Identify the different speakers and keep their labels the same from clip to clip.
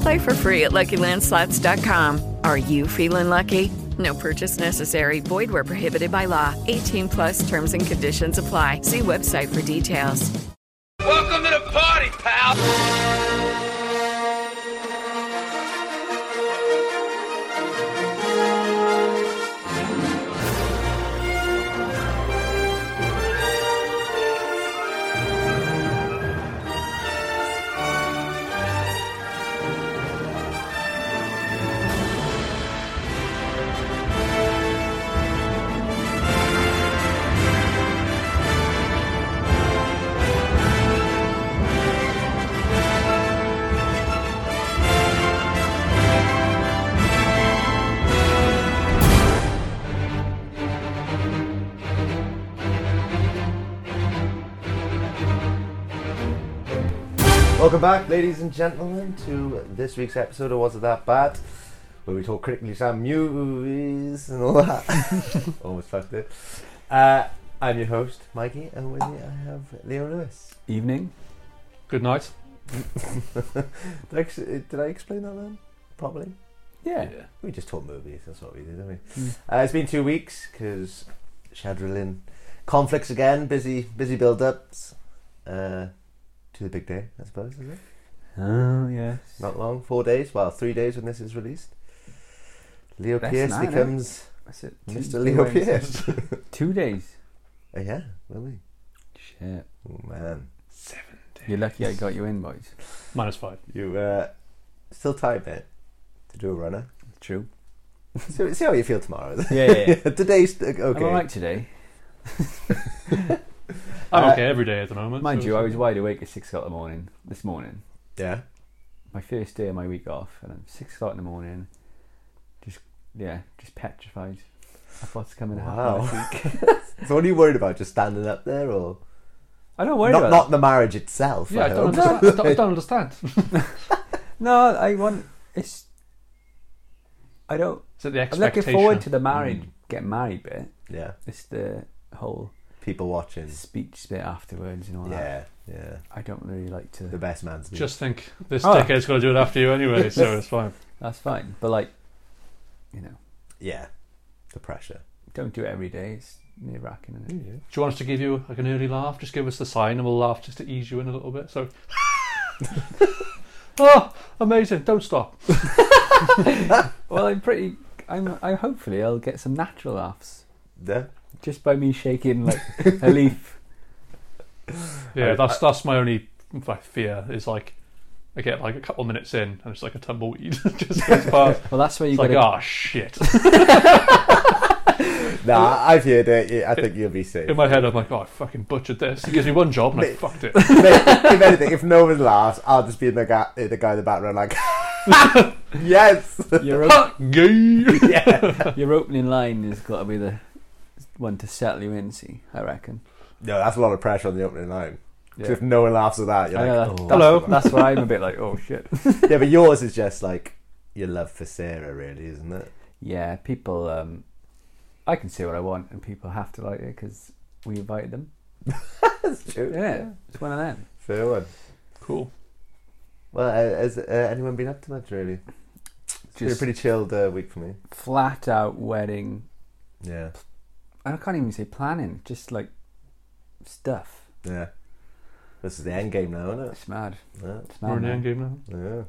Speaker 1: Play for free at LuckyLandSlots.com. Are you feeling lucky? No purchase necessary. Void where prohibited by law. 18 plus terms and conditions apply. See website for details.
Speaker 2: Welcome to the party, pal.
Speaker 3: Welcome back, ladies and gentlemen, to this week's episode of Was It That Bad? Where we talk critically sound movies and all that. Almost fucked it. Uh, I'm your host, Mikey, and with me I have Leo Lewis.
Speaker 4: Evening. Good night.
Speaker 3: Did I, ex- did I explain that then? Probably.
Speaker 4: Yeah.
Speaker 3: We just talk movies, that's what we do, don't we? Uh, it's been two weeks because Shadrilin conflicts again, busy busy build ups uh, to the big day, I suppose, is it?
Speaker 4: Oh yes.
Speaker 3: Not long, four days. Well, three days when this is released. Leo
Speaker 4: That's
Speaker 3: Pierce
Speaker 4: nine, eh?
Speaker 3: becomes
Speaker 4: That's it.
Speaker 3: Mr. Leo
Speaker 4: days.
Speaker 3: Pierce.
Speaker 4: Two days.
Speaker 3: Oh, yeah, will we?
Speaker 4: Shit.
Speaker 3: Oh man,
Speaker 4: You're lucky I got you in, boys.
Speaker 5: Minus five.
Speaker 3: you uh, still tired, mate, to do a runner.
Speaker 4: True.
Speaker 3: So see how you feel tomorrow.
Speaker 4: Yeah, yeah, yeah.
Speaker 3: Today's uh, okay.
Speaker 4: I'm alright today.
Speaker 5: I'm
Speaker 3: Uh,
Speaker 5: okay every day at the moment.
Speaker 4: Mind
Speaker 5: so
Speaker 4: you, I was
Speaker 5: it's-
Speaker 4: wide awake at six o'clock in the morning this morning.
Speaker 3: Yeah.
Speaker 4: My first day of my week off, and I'm six o'clock in the morning. Just yeah, just petrified. of what's coming to happen
Speaker 3: Wow.
Speaker 4: this week.
Speaker 3: So what are you worried about? Just standing up there, or
Speaker 4: I don't worry
Speaker 3: not?
Speaker 4: about
Speaker 3: Not the marriage itself.
Speaker 5: Yeah, I
Speaker 3: I
Speaker 5: don't,
Speaker 3: hope.
Speaker 5: understand. I don't, I don't understand.
Speaker 4: that. No, I want it's I don't
Speaker 5: Is it the
Speaker 4: I'm
Speaker 5: expectation?
Speaker 4: looking forward to the married
Speaker 3: Mm.
Speaker 4: get married bit.
Speaker 3: yeah,
Speaker 4: It's the whole
Speaker 3: people watching.
Speaker 4: speech bit afterwards and all that.
Speaker 3: Yeah, yeah.
Speaker 4: I don't really like to.
Speaker 3: The best man's me.
Speaker 5: Just think, this
Speaker 4: Oh.
Speaker 5: dickhead's going to do it after you anyway, so it's fine.
Speaker 4: That's fine, but like, you know,
Speaker 3: yeah, the pressure.
Speaker 4: don't do it every day. It's near racking. Isn't it?
Speaker 5: Do you want us to give you like an early laugh? Just give us the sign and we'll laugh just to ease you in a little bit. So, oh, amazing! Don't stop.
Speaker 4: Well, I'm pretty. I'm. I hopefully I'll get some natural laughs
Speaker 3: Yeah.
Speaker 4: just by me shaking like a leaf.
Speaker 5: Yeah, that's that's my only my fear is like I get like a couple minutes in and it's like a tumbleweed just goes past.
Speaker 4: Well, that's where you
Speaker 5: It's like,
Speaker 4: got.
Speaker 5: ah, shit.
Speaker 3: No, I- I've heard it. Yeah, I think you'll be safe.
Speaker 5: In my head, I'm like, oh, I fucking butchered this. He gives me one job and I
Speaker 3: Mate.
Speaker 5: fucked it.
Speaker 3: if if anything, if no one laughs, I'll just be in the guy, the guy in the background, like, yes,
Speaker 4: your, op-
Speaker 5: Gay.
Speaker 3: yeah.
Speaker 4: your opening line has got to be the one to settle you in. See, I reckon.
Speaker 3: No, that's a lot of pressure on the opening line. 'Cause
Speaker 4: Yeah.
Speaker 3: If no one laughs at that, you're
Speaker 4: I know
Speaker 3: like,
Speaker 4: that-
Speaker 3: oh.
Speaker 4: that's, Hello. That's why I'm a bit like, oh shit.
Speaker 3: yeah. But yours is just like your love for Sarah, really, isn't it?
Speaker 4: yeah, people. Um, I can say what I want, and people have to like it because we invited them.
Speaker 3: That's true.
Speaker 4: Yeah, it's one of them.
Speaker 3: Fair one.
Speaker 5: Cool.
Speaker 3: Well, uh, has uh, anyone been up to much really? It's been a
Speaker 4: Just-
Speaker 3: pretty chilled uh, week for me.
Speaker 4: Flat out wedding
Speaker 3: Yeah,
Speaker 4: I can't even say planning, just like stuff.
Speaker 3: yeah. This is the end game now, isn't it?
Speaker 4: It's mad.
Speaker 3: Yeah.
Speaker 4: It's
Speaker 5: We're
Speaker 4: mad.
Speaker 5: in the
Speaker 4: man.
Speaker 5: end game now.
Speaker 3: Yeah.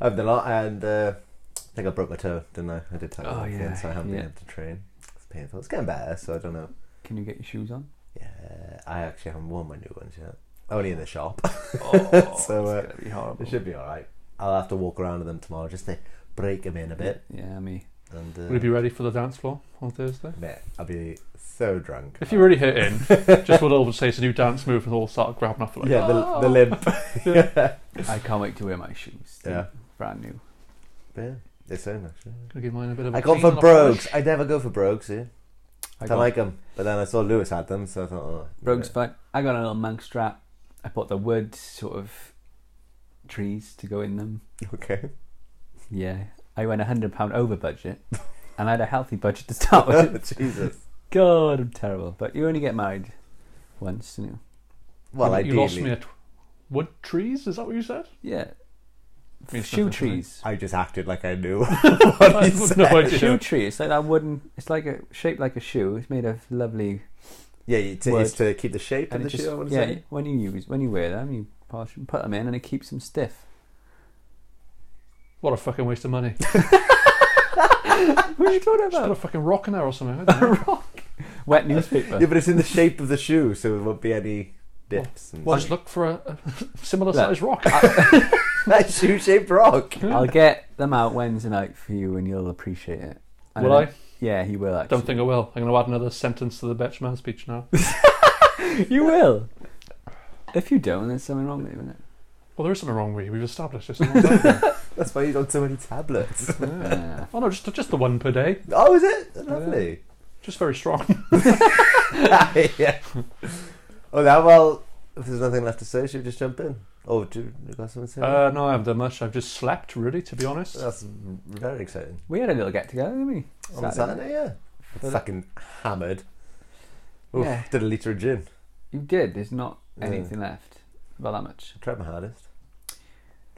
Speaker 3: I've done a lot, and uh, I think I broke my toe, didn't I? I did tackle
Speaker 4: Oh,
Speaker 3: oh,
Speaker 4: yeah,
Speaker 3: so I haven't
Speaker 4: yeah.
Speaker 3: been able to train. It's painful. It's getting better, so I don't know.
Speaker 4: Can you get your shoes on?
Speaker 3: Yeah, I actually haven't worn my new ones yet. Only in the shop.
Speaker 4: Oh,
Speaker 3: So, uh,
Speaker 4: it's gonna be horrible.
Speaker 3: it should be all right. I'll have to walk around with them tomorrow just to break them in a bit.
Speaker 4: Yeah, me.
Speaker 3: And uh,
Speaker 5: Will you be ready for the dance floor on Thursday?
Speaker 3: mate, I'll be so drunk.
Speaker 5: If you're really hitting, just what I would say is a new dance move and all start grabbing off like,
Speaker 3: yeah, the, the limp.
Speaker 4: Oh. I can't wait to wear my shoes. They're
Speaker 3: Yeah.
Speaker 4: brand new.
Speaker 3: yeah, they sound actually.
Speaker 5: gonna give mine a bit of a
Speaker 3: I got
Speaker 5: clean
Speaker 3: for
Speaker 5: and a polish.
Speaker 3: brogues. I never go for brogues. Yeah, I
Speaker 4: got-
Speaker 3: don't like them. But then I saw Lewis had them, so I thought, oh,
Speaker 4: Rogue's back. I got a little monk strap. I put the wood sort of trees to go in them.
Speaker 3: okay.
Speaker 4: Yeah. I went £100 over budget and I had a healthy budget to start with.
Speaker 3: Jesus.
Speaker 4: God, I'm terrible. But you only get married once, don't you?
Speaker 3: Well,
Speaker 5: you,
Speaker 3: ideally,
Speaker 5: you lost me at wood trees. Is that what you said?
Speaker 4: Yeah.
Speaker 5: I mean, it's
Speaker 4: Shoe
Speaker 5: nothing to me.
Speaker 4: trees.
Speaker 3: I just acted like I knew what
Speaker 5: I
Speaker 3: he
Speaker 5: have no
Speaker 3: said.
Speaker 5: idea.
Speaker 4: Shoe tree. It's like that wooden. It's like a shaped like a shoe. It's made of lovely.
Speaker 3: Yeah, it's to,
Speaker 4: Word.
Speaker 3: it's to keep the shape of the
Speaker 4: it
Speaker 3: shoe. I want to
Speaker 4: yeah.
Speaker 3: say.
Speaker 4: When you use when you wear them, you polish them, put them in, and it keeps them stiff.
Speaker 5: What a fucking waste of money.
Speaker 4: What are you talking
Speaker 5: Got a
Speaker 4: about?
Speaker 5: fucking rock in there or something. I don't know.
Speaker 4: Wet newspaper.
Speaker 3: Yeah, but it's in the shape of the shoe, so there won't be any dips. and
Speaker 5: Well, just look for a, a similar sized rock.
Speaker 3: that shoe-shaped rock.
Speaker 4: I'll get them out Wednesday night for you, and you'll appreciate it. And
Speaker 5: Will
Speaker 4: then-
Speaker 5: I?
Speaker 4: Yeah, you will. Actually,
Speaker 5: Don't think I will. I'm going to add another sentence to the Betch Man speech now.
Speaker 4: you will. If you don't, there's something wrong with you, isn't it?
Speaker 5: Well, there is something wrong with you. We've established this. a long time ago.
Speaker 3: That's why you don't so many tablets.
Speaker 4: Yeah.
Speaker 5: oh no, just just the one per day.
Speaker 3: oh, is it lovely?
Speaker 5: Just very strong.
Speaker 3: yeah. Oh, now well, if there's nothing left to say, should we just jump in? Oh, do you got something to say?
Speaker 5: Uh, no, I haven't done much. I've just slept, really, to be honest.
Speaker 3: That's very exciting.
Speaker 4: we had a little get together, didn't we?
Speaker 3: On Saturday, yeah. Fucking hammered. Oof,
Speaker 4: Yeah.
Speaker 3: Did a litre of gin.
Speaker 4: You did. There's not
Speaker 3: Yeah.
Speaker 4: anything left. About that much.
Speaker 3: Tried my hardest.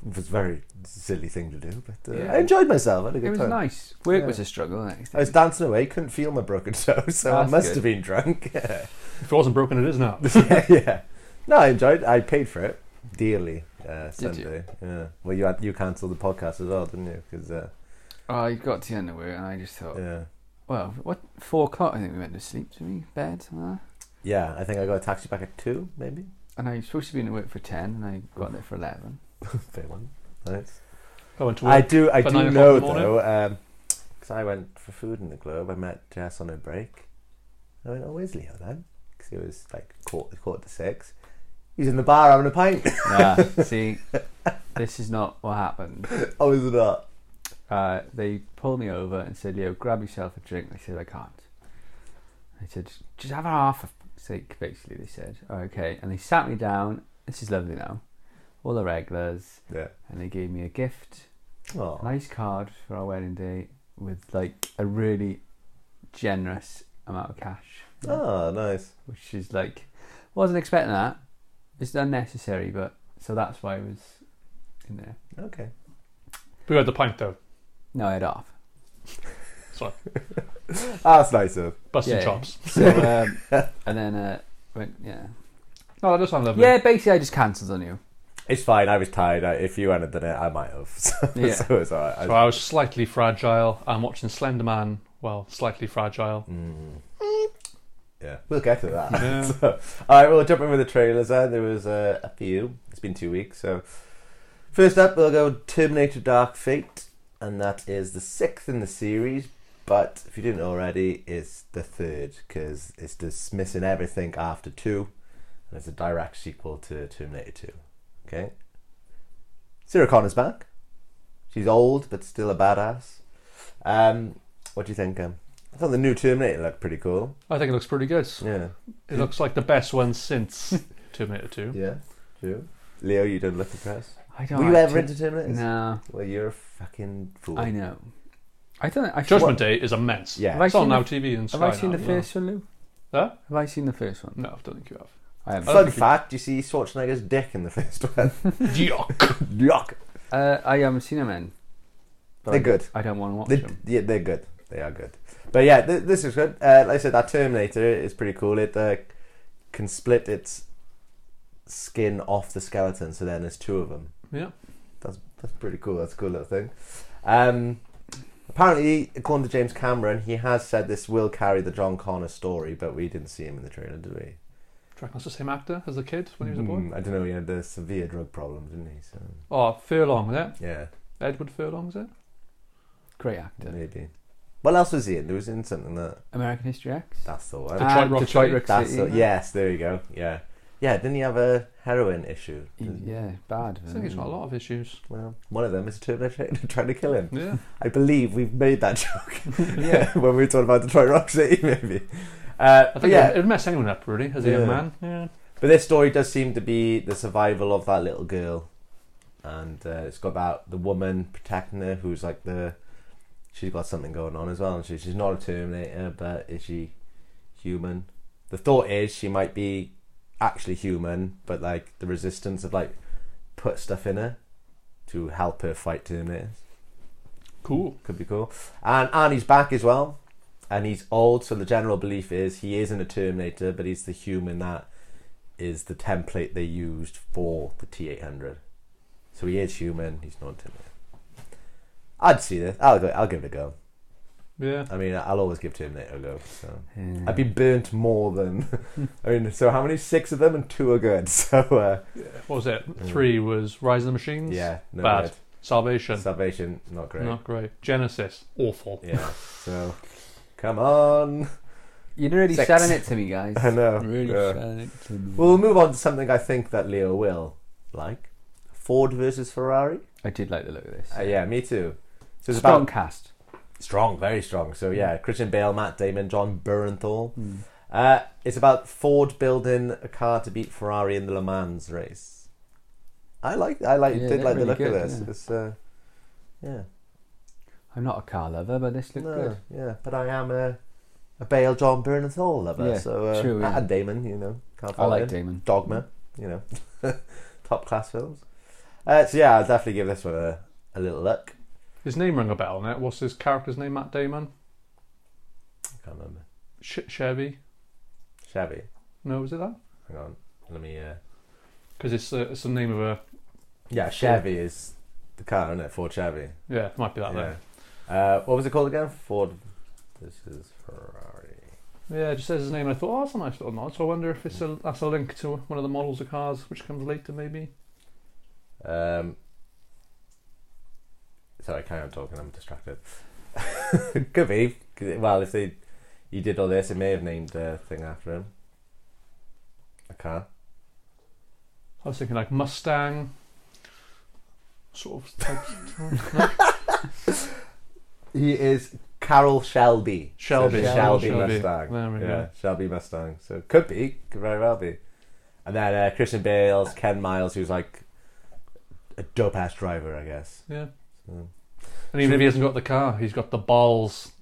Speaker 3: It was a very silly thing to do, but uh,
Speaker 4: Yeah.
Speaker 3: I enjoyed myself. I had a good
Speaker 4: It was
Speaker 3: time.
Speaker 4: nice. Work
Speaker 3: Yeah.
Speaker 4: was a struggle. wasn't it?
Speaker 3: I was dancing away, couldn't feel my broken toe, so I
Speaker 4: That's
Speaker 3: must
Speaker 4: good.
Speaker 3: have been drunk. Yeah.
Speaker 5: If it wasn't broken, it is now.
Speaker 3: yeah, yeah. No, I enjoyed. I paid for it dearly. Uh,
Speaker 4: Did you?
Speaker 3: Sunday. Yeah. Well, you had, you cancelled the podcast as well, didn't you? Because uh,
Speaker 4: I Oh, got to the end of work and I just thought,
Speaker 3: yeah,
Speaker 4: well, what four o'clock? I think we went to sleep to me bed, something like
Speaker 3: yeah. I think I got a taxi back at two, maybe.
Speaker 4: that. and I was supposed to be in work for ten, and I got there for eleven.
Speaker 3: Fair one. Nice.
Speaker 5: I went to work.
Speaker 3: I do. I
Speaker 5: For
Speaker 3: do
Speaker 5: nine o'clock
Speaker 3: know
Speaker 5: in the morning?
Speaker 3: though, because I went for food in the Globe. I met Jess on her break. I went, "Oh, where's Leo then?" Because it was like quarter, quarter to six. He's in the bar having a pint.
Speaker 4: Nah, see, this is not what happened.
Speaker 3: oh, is it not?
Speaker 4: Uh, they pulled me over and said, "Yo, grab yourself a drink." I said, "I can't." They said, "Just have a half for fuck's sake." Basically, they said, "Oh, "Okay," and they sat me down. This is lovely now. All the regulars,
Speaker 3: Yeah.
Speaker 4: and they gave me a gift.
Speaker 3: Oh,
Speaker 4: nice card for our wedding day with like a really generous amount of cash,
Speaker 3: oh, nice.
Speaker 4: which is like wasn't expecting that. It's unnecessary, but so that's why it was in there.
Speaker 3: Okay.
Speaker 5: We had the pint though.
Speaker 4: No, I had off.
Speaker 5: So
Speaker 3: That's nice of.
Speaker 5: busting
Speaker 4: Yeah.
Speaker 5: chops.
Speaker 4: So um, and then uh, went yeah
Speaker 5: No, that does sound lovely.
Speaker 4: yeah. Basically, I just cancelled on you.
Speaker 3: It's fine. I was tired. I, if you hadn't done it, I might have. So,
Speaker 4: Yeah.
Speaker 3: so it's alright. I-
Speaker 5: So I was slightly fragile. I'm watching Slender Man. Well, slightly fragile.
Speaker 3: yeah, we'll get to that. so, all right, we'll jump in with the trailers. Then there was uh, a few. It's been two weeks. So first up, we'll go Terminator: Dark Fate, and that is the sixth in the series. But if you didn't already, it's the third because it's dismissing everything after two, and it's a direct sequel to Terminator Two. Okay, Sarah Connor's back. She's old but still a badass. Um, what do you think? Um, I thought the new Terminator looked pretty cool.
Speaker 5: I think it looks pretty good.
Speaker 3: Yeah.
Speaker 5: It looks like the best one since Terminator 2.
Speaker 3: Yeah, true. Leo, you don't look depressed.
Speaker 4: I don't.
Speaker 3: Were you
Speaker 4: like
Speaker 3: ever
Speaker 4: to-
Speaker 3: into Terminators?
Speaker 4: No,
Speaker 3: Well, you're a fucking fool.
Speaker 4: I know. I don't. I
Speaker 5: Judgment
Speaker 4: What-
Speaker 5: Day is immense.
Speaker 3: Yeah. Have I
Speaker 5: it's on
Speaker 4: seen
Speaker 5: Now
Speaker 4: the-
Speaker 5: TV and Sky.
Speaker 4: Have I seen
Speaker 5: now,
Speaker 4: the
Speaker 5: yeah.
Speaker 4: first one, Lou?
Speaker 5: Huh?
Speaker 4: Have I seen the first one?
Speaker 5: No, I don't think you have.
Speaker 4: I haven't.
Speaker 3: Fun fact, you see Schwarzenegger's dick in the first one.
Speaker 5: Yuck.
Speaker 3: Yuck.
Speaker 4: Uh, I haven't seen them in. But
Speaker 3: They're
Speaker 4: I-
Speaker 3: good.
Speaker 4: I don't want to watch
Speaker 3: They,
Speaker 4: them.
Speaker 3: yeah, they're good. They are good. But yeah, th- this is good. Uh, like I said, that Terminator is pretty cool. It uh, can split its skin off the skeleton, so then there's two of them.
Speaker 5: Yeah.
Speaker 3: That's that's pretty cool. That's a cool little thing. Um, apparently, according to James Cameron, he has said this will carry the John Connor story, but we didn't see him in the trailer, did we?
Speaker 5: you reckon that's the same actor as the kid when he was a boy?
Speaker 3: Mm, I don't know. He had the severe drug problem, didn't he? So
Speaker 5: Oh, Furlong, is it?
Speaker 3: yeah,
Speaker 5: Edward Furlong, is it?
Speaker 4: Great actor.
Speaker 3: maybe. What else was he in? There was in something that
Speaker 4: American History X.
Speaker 3: that's the one.
Speaker 5: Detroit
Speaker 4: And
Speaker 5: Rock
Speaker 4: Detroit
Speaker 5: City.
Speaker 4: Rock
Speaker 3: That's
Speaker 4: City.
Speaker 3: the, yes. There you go. Yeah, yeah. Didn't he have a heroin issue?
Speaker 4: He- Yeah, bad.
Speaker 5: I think he's got a lot of issues.
Speaker 3: Hmm. Well, one of them is a Terminator trying to kill him.
Speaker 5: Yeah.
Speaker 3: I believe we've made that joke.
Speaker 4: Yeah.
Speaker 3: when we were talking about Detroit Rock City, maybe. Uh,
Speaker 5: I
Speaker 3: but
Speaker 5: think
Speaker 3: yeah,
Speaker 5: it would mess anyone up, really, as a
Speaker 3: Yeah.
Speaker 5: young man. Yeah.
Speaker 3: but this story does seem to be the survival of that little girl, and uh, it's got about the woman protecting her, who's like the she's got something going on as well, and she, she's not a Terminator, but is she human? The thought is she might be actually human, but like the resistance of like put stuff in her to help her fight Terminators.
Speaker 5: Cool.
Speaker 3: could be cool. And Arnie's back as well, and he's old. So the general belief is he isn't a Terminator, but he's the human that is the template they used for the T eight hundred. So he is human. He's not a Terminator. I'd see this. I'll go. I'll give it a go.
Speaker 5: Yeah.
Speaker 3: I mean, I'll always give Terminator a go. So
Speaker 4: Yeah.
Speaker 3: I'd be burnt more than. I mean, so how many? Six of them, and two are good. So uh,
Speaker 5: What was it? Three was Rise of the Machines.
Speaker 3: yeah, no
Speaker 5: Bad.
Speaker 3: good.
Speaker 5: Salvation.
Speaker 3: Salvation, not great.
Speaker 5: Not great. Genesis. Awful.
Speaker 3: Yeah. So, come on.
Speaker 4: You're really
Speaker 3: Six.
Speaker 4: selling it to me, guys.
Speaker 3: I know.
Speaker 4: Really
Speaker 3: Yeah.
Speaker 4: selling it to me.
Speaker 3: Well, we'll move on to something I think that Leo will like: Ford versus Ferrari.
Speaker 4: I did like the look of this.
Speaker 3: Uh, yeah, me too. So it's
Speaker 4: Strong
Speaker 3: about
Speaker 4: cast.
Speaker 3: strong, very strong. So yeah, Christian Bale, Matt Damon, John Bernthal.
Speaker 4: Hmm.
Speaker 3: Uh, it's about Ford building a car to beat Ferrari in the Le Mans race. I like, I like,
Speaker 4: Yeah,
Speaker 3: did
Speaker 4: they're
Speaker 3: like the
Speaker 4: really
Speaker 3: look
Speaker 4: good,
Speaker 3: of this.
Speaker 4: yeah.
Speaker 3: It's, uh, yeah,
Speaker 4: I'm not a car lover, but this looked
Speaker 3: no,
Speaker 4: good.
Speaker 3: yeah, but I am a, a Bale, John Bernthal lover.
Speaker 4: Yeah,
Speaker 3: so uh,
Speaker 4: true, yeah.
Speaker 3: and Damon, you know, can't
Speaker 4: I
Speaker 3: fault
Speaker 4: like
Speaker 3: him.
Speaker 4: Damon.
Speaker 3: Dogma, you know, top class films. Uh, so yeah, I'll definitely give this one a, a little look.
Speaker 5: His name rang a bell, innit? What's his character's name? Matt Damon?
Speaker 3: I can't remember.
Speaker 5: Sh- Chevy?
Speaker 3: Chevy.
Speaker 5: No, was it that?
Speaker 3: Hang on. Let me. Uh...
Speaker 5: Because it's, uh, it's the name of a.
Speaker 3: Yeah, Chevy is the car, isn't it? Ford Chevy.
Speaker 5: Yeah, it might be that
Speaker 3: Yeah.
Speaker 5: there.
Speaker 3: Uh, what was it called again? Ford. This is Ferrari.
Speaker 5: Yeah, it just says his name, and I thought, oh, that's a nice little nod. So I wonder if it's
Speaker 3: Mm.
Speaker 5: a, that's a link to one of the models of cars, which comes later, maybe.
Speaker 3: Um, sorry, carry on talking. I'm distracted. Could be. 'Cause it- Well, if they, you did all this, it may have named a thing after him. A car.
Speaker 5: I was thinking like Mustang, sort of type
Speaker 3: He is Carol Shelby. So the
Speaker 5: Shelby. Carol
Speaker 3: Shelby,
Speaker 5: Shelby.
Speaker 3: Mustang.
Speaker 5: There we
Speaker 3: yeah,
Speaker 5: go.
Speaker 3: Shelby Mustang. So could be, could very well be. And then uh, Christian Bale's Ken Miles, who's like a dope ass driver, I guess.
Speaker 5: yeah.
Speaker 3: So-
Speaker 5: And even if he hasn't got the car, he's got the balls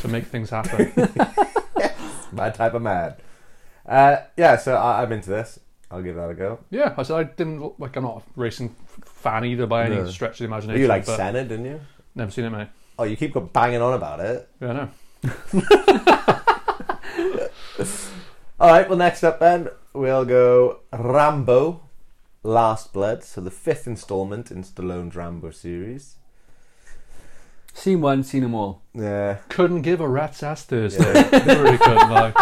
Speaker 5: to make things happen.
Speaker 3: My type of man. Uh, yeah, so I, I'm into this. I'll give that a go.
Speaker 5: yeah, I said I didn't like. I'm not a racing f- fan either by any
Speaker 3: No.
Speaker 5: stretch of the imagination.
Speaker 3: You like
Speaker 5: but
Speaker 3: Senna, didn't you?
Speaker 5: Never seen it, mate.
Speaker 3: Oh, you keep go- banging on about it.
Speaker 5: Yeah, I know.
Speaker 3: All right. Well, next up then we'll go Rambo: Last Blood. So the fifth installment in Stallone's Rambo series.
Speaker 4: Seen one, seen them all.
Speaker 3: Yeah.
Speaker 5: Couldn't give a rat's ass Thursday. really couldn't. Like,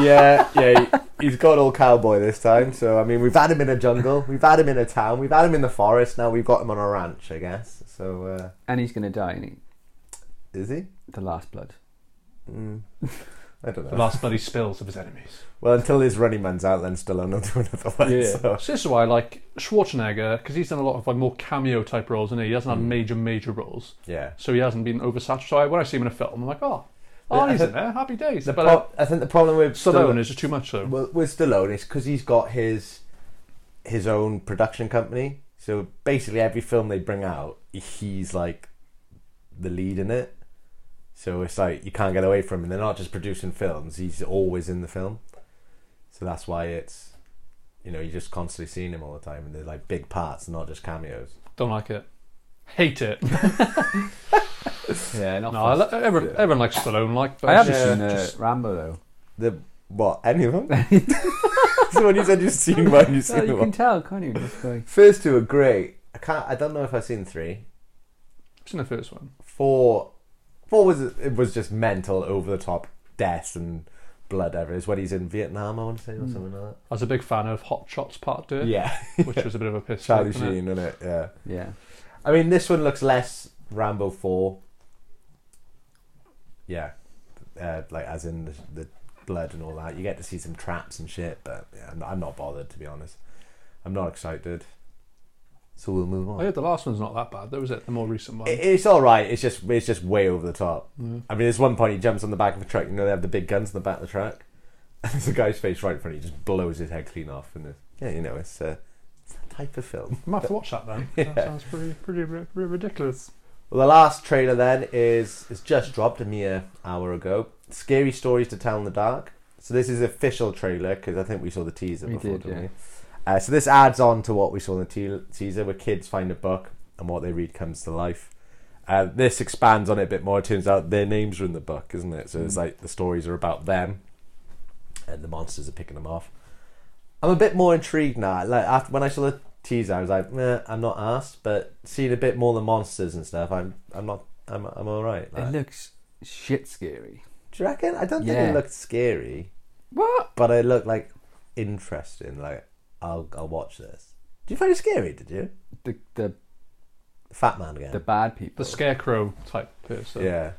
Speaker 3: yeah, yeah. He's got all cowboy this time. So I mean, we've had him in a jungle, we've had him in a town, we've had him in the forest. Now we've got him on a ranch, I guess. So uh,
Speaker 4: And he's going to die, isn't he?
Speaker 3: is he?
Speaker 4: The Last Blood.
Speaker 3: I don't
Speaker 5: the
Speaker 3: know.
Speaker 5: last bloody spills of his enemies.
Speaker 3: Well, until his running man's out, then Stallone will do another one.
Speaker 4: Yeah.
Speaker 3: So.
Speaker 5: So this is why I like Schwarzenegger because he's done a lot of like more cameo type roles, and he? he hasn't had major major roles,
Speaker 3: Hmm. yeah.
Speaker 5: so he hasn't been oversaturated. So I, when I see him in a film, I'm like, oh, oh,
Speaker 3: I
Speaker 5: he's
Speaker 3: think-
Speaker 5: in there, happy days.
Speaker 3: The
Speaker 5: But uh,
Speaker 3: pro- Oh, I think the problem with
Speaker 5: Stallone is just too much, though.
Speaker 3: Well, with Stallone, it's because he's got his his own production company. So basically, every film they bring out, he's like the lead in it. So it's like you can't get away from him. They're not just producing films; he's always in the film. So that's why it's you know you're just constantly seeing him all the time, and they're like big parts, not just cameos.
Speaker 5: Don't like it. Hate it. no,
Speaker 4: Yeah, not
Speaker 5: I, li- everyone, everyone likes Stallone, like, but
Speaker 4: I haven't
Speaker 5: it's
Speaker 4: seen uh, Rambo, though.
Speaker 3: The what? Any of them? so when you said you've seen one, you've
Speaker 4: Well,
Speaker 3: seen
Speaker 4: you
Speaker 3: one.
Speaker 4: can tell, can't you? Just by
Speaker 3: First two are great. I can't. I don't know if I've seen three.
Speaker 5: I've seen the first one.
Speaker 3: four four was it was just mental over the top deaths and blood ever. It's when he's in Vietnam, I want to say, or something like
Speaker 5: I was a big fan of Hot Shots Part Two,
Speaker 3: that. Yeah,
Speaker 5: which was a bit of a piss.
Speaker 3: Charlie
Speaker 5: take, wasn't it?
Speaker 3: Sheen, isn't it? Yeah.
Speaker 4: Yeah.
Speaker 3: I mean, this one looks less Rambo Four. Yeah, uh, like as in the, the blood and all that. You get to see some traps and shit, but yeah, I'm, I'm not bothered to be honest. I'm not excited. So we'll move
Speaker 5: I
Speaker 3: on.
Speaker 5: heard Oh, the last one's not that bad. There was it the more recent one.
Speaker 3: It- It's all right. It's just it's just way over the top. I mean, there's one point he jumps on the back of a truck. You know they have the big guns on the back of the truck. And there's a guy's face right in front. of you, He just blows his head clean off. And it's- yeah, you know it's, uh, it's that type of film.
Speaker 5: I might have to watch that then. That sounds pretty, pretty, ri- ri- ridiculous.
Speaker 3: Well, the last trailer then is is just dropped a mere hour ago. Scary stories to tell in the dark. So this is the official trailer because I think we saw the teaser
Speaker 4: We
Speaker 3: before,
Speaker 4: did,
Speaker 3: didn't
Speaker 4: yeah.
Speaker 3: we? Uh, so this adds on to what we saw in the te- teaser, where kids find a book and what they read comes to life. Uh, this expands on it a bit more. It turns out their names are in the book, isn't it? So it's
Speaker 4: Mm.
Speaker 3: like the stories are about them, and the monsters are picking them off. I'm a bit more intrigued now. Like after, when I saw the teaser, I was like, "Meh, I'm not asked, but seeing a bit more of the monsters and stuff, I'm I'm not I'm I'm all right. Like,
Speaker 4: It looks shit scary.
Speaker 3: do you reckon? I don't think
Speaker 4: Yeah.
Speaker 3: it looked scary,
Speaker 4: What?
Speaker 3: but it looked like interesting. Like I'll I'll watch this. Did you find it scary? Did you?
Speaker 4: The the
Speaker 3: The fat man again.
Speaker 4: the bad people.
Speaker 5: The scarecrow type person.
Speaker 3: yeah.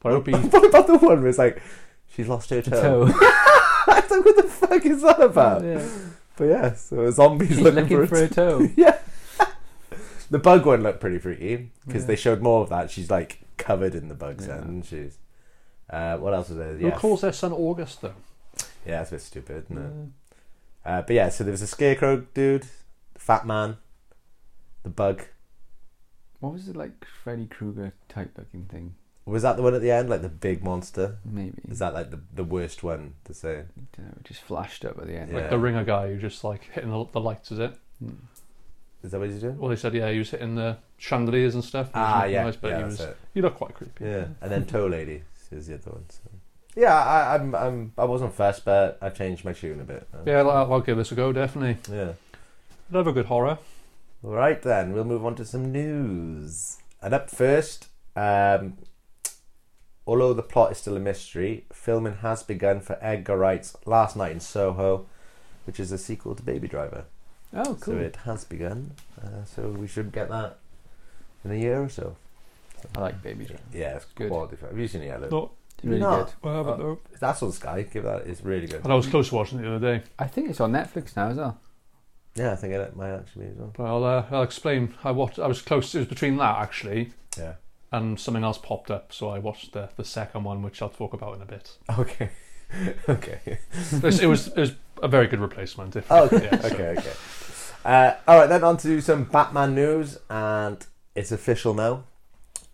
Speaker 5: But I hope he.
Speaker 3: What about the one where it's like she's lost her toe?
Speaker 4: So
Speaker 3: I was like, what the fuck is that about?
Speaker 4: yeah.
Speaker 3: But yeah, so a zombie's
Speaker 4: he's
Speaker 3: looking, for,
Speaker 4: a
Speaker 3: it.
Speaker 4: toe.
Speaker 3: yeah. the bug one looked pretty freaky because they showed more of that. She's like covered in the bugs,
Speaker 4: Yeah.
Speaker 3: and she's. Uh, what else was there?
Speaker 5: Who
Speaker 3: Yeah,
Speaker 5: calls their son August though?
Speaker 3: yeah, that's a bit stupid. Isn't it? Uh, but yeah, so there was a scarecrow dude, the fat man, the bug.
Speaker 4: What was it like Freddy Krueger type looking thing?
Speaker 3: Was that the one at the end, like the big monster?
Speaker 4: Maybe.
Speaker 3: Is that like the the worst one to say?
Speaker 4: Dunno, it just flashed up at the end.
Speaker 3: Yeah.
Speaker 5: Like the ringer guy who just like hitting the, the lights, is it?
Speaker 3: Is that what he's doing?
Speaker 5: Well, they said yeah, Oh, he was hitting the chandeliers and stuff. and it was
Speaker 3: Ah,
Speaker 5: looking
Speaker 3: yeah,
Speaker 5: nice, but
Speaker 3: yeah,
Speaker 5: he
Speaker 3: that's
Speaker 5: was
Speaker 3: it.
Speaker 5: he looked quite creepy.
Speaker 3: Yeah, and then Toe Lady is the other one. So. Yeah, I, I'm I'm I wasn't first, but I changed my tune a bit. Uh,
Speaker 5: Yeah, I'll, I'll give this a go. Definitely,
Speaker 3: yeah.
Speaker 5: love a good horror.
Speaker 3: All right then, we'll move on to some news. And up first, um, although the plot is still a mystery, filming has begun for Edgar Wright's Last Night in Soho, which is a sequel to Baby Driver.
Speaker 4: Oh,
Speaker 3: So it has begun. Uh, so we should get that in a year or so.
Speaker 4: I like Baby Driver.
Speaker 3: Yeah, it's
Speaker 4: Good.
Speaker 3: good. Quality film. Have you seen it yet? Luke?
Speaker 5: No,
Speaker 4: It's really
Speaker 3: No.
Speaker 4: good.
Speaker 5: I haven't.
Speaker 3: Uh,
Speaker 5: no.
Speaker 3: That's on Sky. Give that. It's really good.
Speaker 5: And I was close to watching it the other day.
Speaker 4: I think it's on Netflix now as well.
Speaker 3: Yeah, I think it might actually be as well.
Speaker 5: But I'll uh, I'll explain. I watched. I was close. It was between that actually
Speaker 3: Yeah.
Speaker 5: and something else popped up, so I watched the the second one, which I'll talk about in a bit.
Speaker 3: Okay. okay.
Speaker 5: it, was, it was it was a very good replacement. If,
Speaker 3: Oh, okay,
Speaker 5: yeah, so-
Speaker 3: okay, okay. Uh, all right, then on to some Batman news, and it's official now.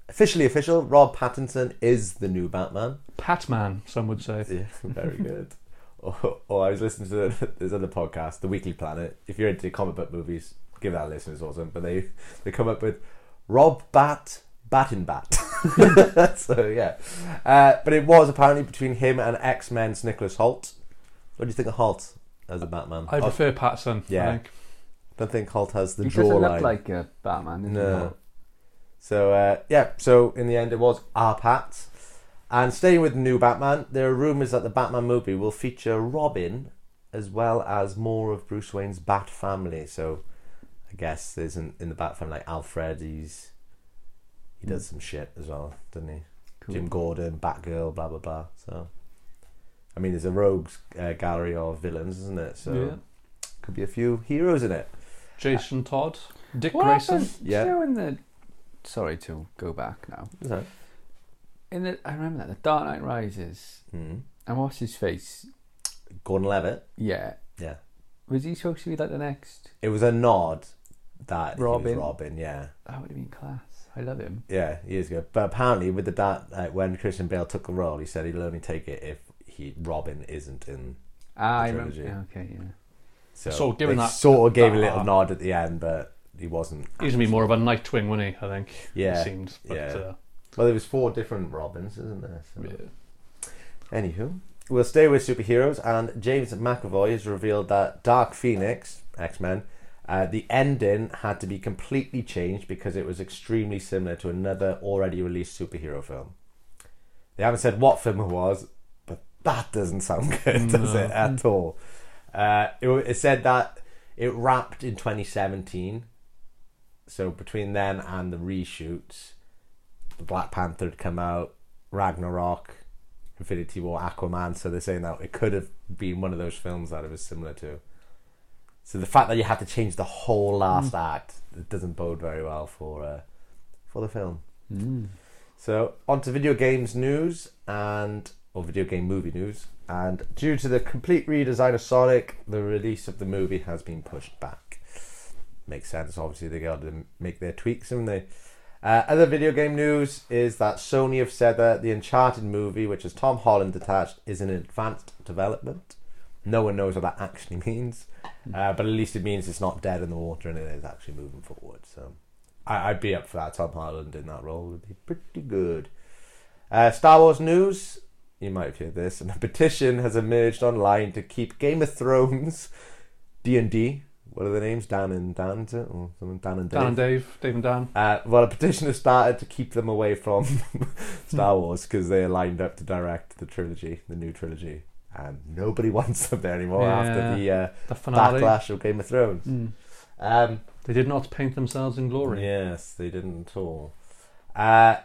Speaker 3: Officially official, Rob Pattinson is the new Batman.
Speaker 5: Patman, some would say.
Speaker 3: Yeah, very good. or, or I was listening to the, this other podcast, The Weekly Planet. If you're into comic book movies, give that a listen. It's awesome. But they they come up with Rob Bat Batin Bat. so yeah, uh, but it was apparently between him and X Men's Nicholas Holt. What do you think of Holt as a Batman?
Speaker 5: I prefer Patson.
Speaker 3: Yeah.
Speaker 5: I think.
Speaker 3: don't think Holt has the
Speaker 4: he
Speaker 3: draw
Speaker 4: doesn't
Speaker 3: line.
Speaker 4: look like uh, Batman. does he?
Speaker 3: No. So uh, yeah, so in the end, it was our Pat. And staying with the new Batman, there are rumours that the Batman movie will feature Robin as well as more of Bruce Wayne's Bat family. So I guess there's in, in the Bat family like Alfred. He's he does some shit as well, doesn't he?
Speaker 4: Hmm. Cool.
Speaker 3: Jim Gordon, Batgirl, blah blah blah. So I mean, there's a rogues uh, gallery of villains, isn't it? So
Speaker 5: Yeah.
Speaker 3: could be a few heroes in it.
Speaker 5: Jason Todd, Dick
Speaker 4: What
Speaker 5: Grayson.
Speaker 4: happened?
Speaker 3: Yeah.
Speaker 4: Do you know in the? Sorry to go back now.
Speaker 3: So,
Speaker 4: In the, I remember that the Dark Knight Rises.
Speaker 3: mm.
Speaker 4: And what's his face?
Speaker 3: Gordon Levitt,
Speaker 4: Yeah.
Speaker 3: yeah.
Speaker 4: Was he supposed to be like the next?
Speaker 3: It was a nod that Robin.
Speaker 4: Robin.
Speaker 3: he was Robin, yeah.
Speaker 4: That would have been class. I love him.
Speaker 3: Yeah, years ago. But apparently with the dark like when Christian Bale took the role, he said he'll only take it if he Robin isn't in
Speaker 4: Ah, I
Speaker 3: The
Speaker 4: remember.
Speaker 3: trilogy.
Speaker 4: yeah, Okay, yeah.
Speaker 3: so,
Speaker 5: So given
Speaker 3: they
Speaker 5: that-
Speaker 3: sort of gave a little
Speaker 5: Ah.
Speaker 3: nod at the end, but he wasn't
Speaker 5: He's gonna be more of a Nightwing, wouldn't he? I think.
Speaker 3: Yeah,
Speaker 5: It seemed. But,
Speaker 3: yeah.
Speaker 5: Uh,
Speaker 3: Well there was four different Robins, isn't there? So.
Speaker 5: yeah.
Speaker 3: Anywho, we'll stay with superheroes, and James McAvoy has revealed that Dark Phoenix, X Men, uh, the ending had to be completely changed because it was extremely similar to another already released superhero film. They haven't said what film it was, but that doesn't sound good, does it at all? Uh, it, wa- it said that it wrapped in 2017, so between then and the reshoots, the Black Panther had come out, Ragnarok, Infinity War, Aquaman. So they're saying that it could have been one of those films that it was similar to. So the fact that you have to change the whole last act it doesn't bode very well for uh, for the film. So on to video games news and or video game movie news. And due to the complete redesign of Sonic, the release of the movie has been pushed back. Makes sense. Obviously, they got to make their tweaks, haven't they? Uh, other video game news is that Sony have said that the Uncharted movie, which is Tom Holland attached, is in advanced development. No one knows what that actually means, uh, but at least it means it's not dead in the water and it is actually moving forward. So I, I'd be up for that. Tom Holland in that role would be pretty good. Uh, Star Wars news. You might have heard this, and a petition has emerged online to keep Game of Thrones, D and D. What are the names? Dan and Dan, is it? or something? Dan and Dave.
Speaker 5: Dan and Dave, Dave and Dan.
Speaker 3: Uh, well, a petition has started to keep them away from
Speaker 5: Hmm.
Speaker 3: Star Wars because they are lined up to direct the trilogy, the new trilogy, and nobody wants them there anymore after the,
Speaker 5: Yeah,
Speaker 3: uh,
Speaker 5: the finale. Hmm.
Speaker 3: backlash of Game of Thrones. Um,
Speaker 5: They did not paint themselves in glory.
Speaker 3: Yes, they didn't at all. Uh,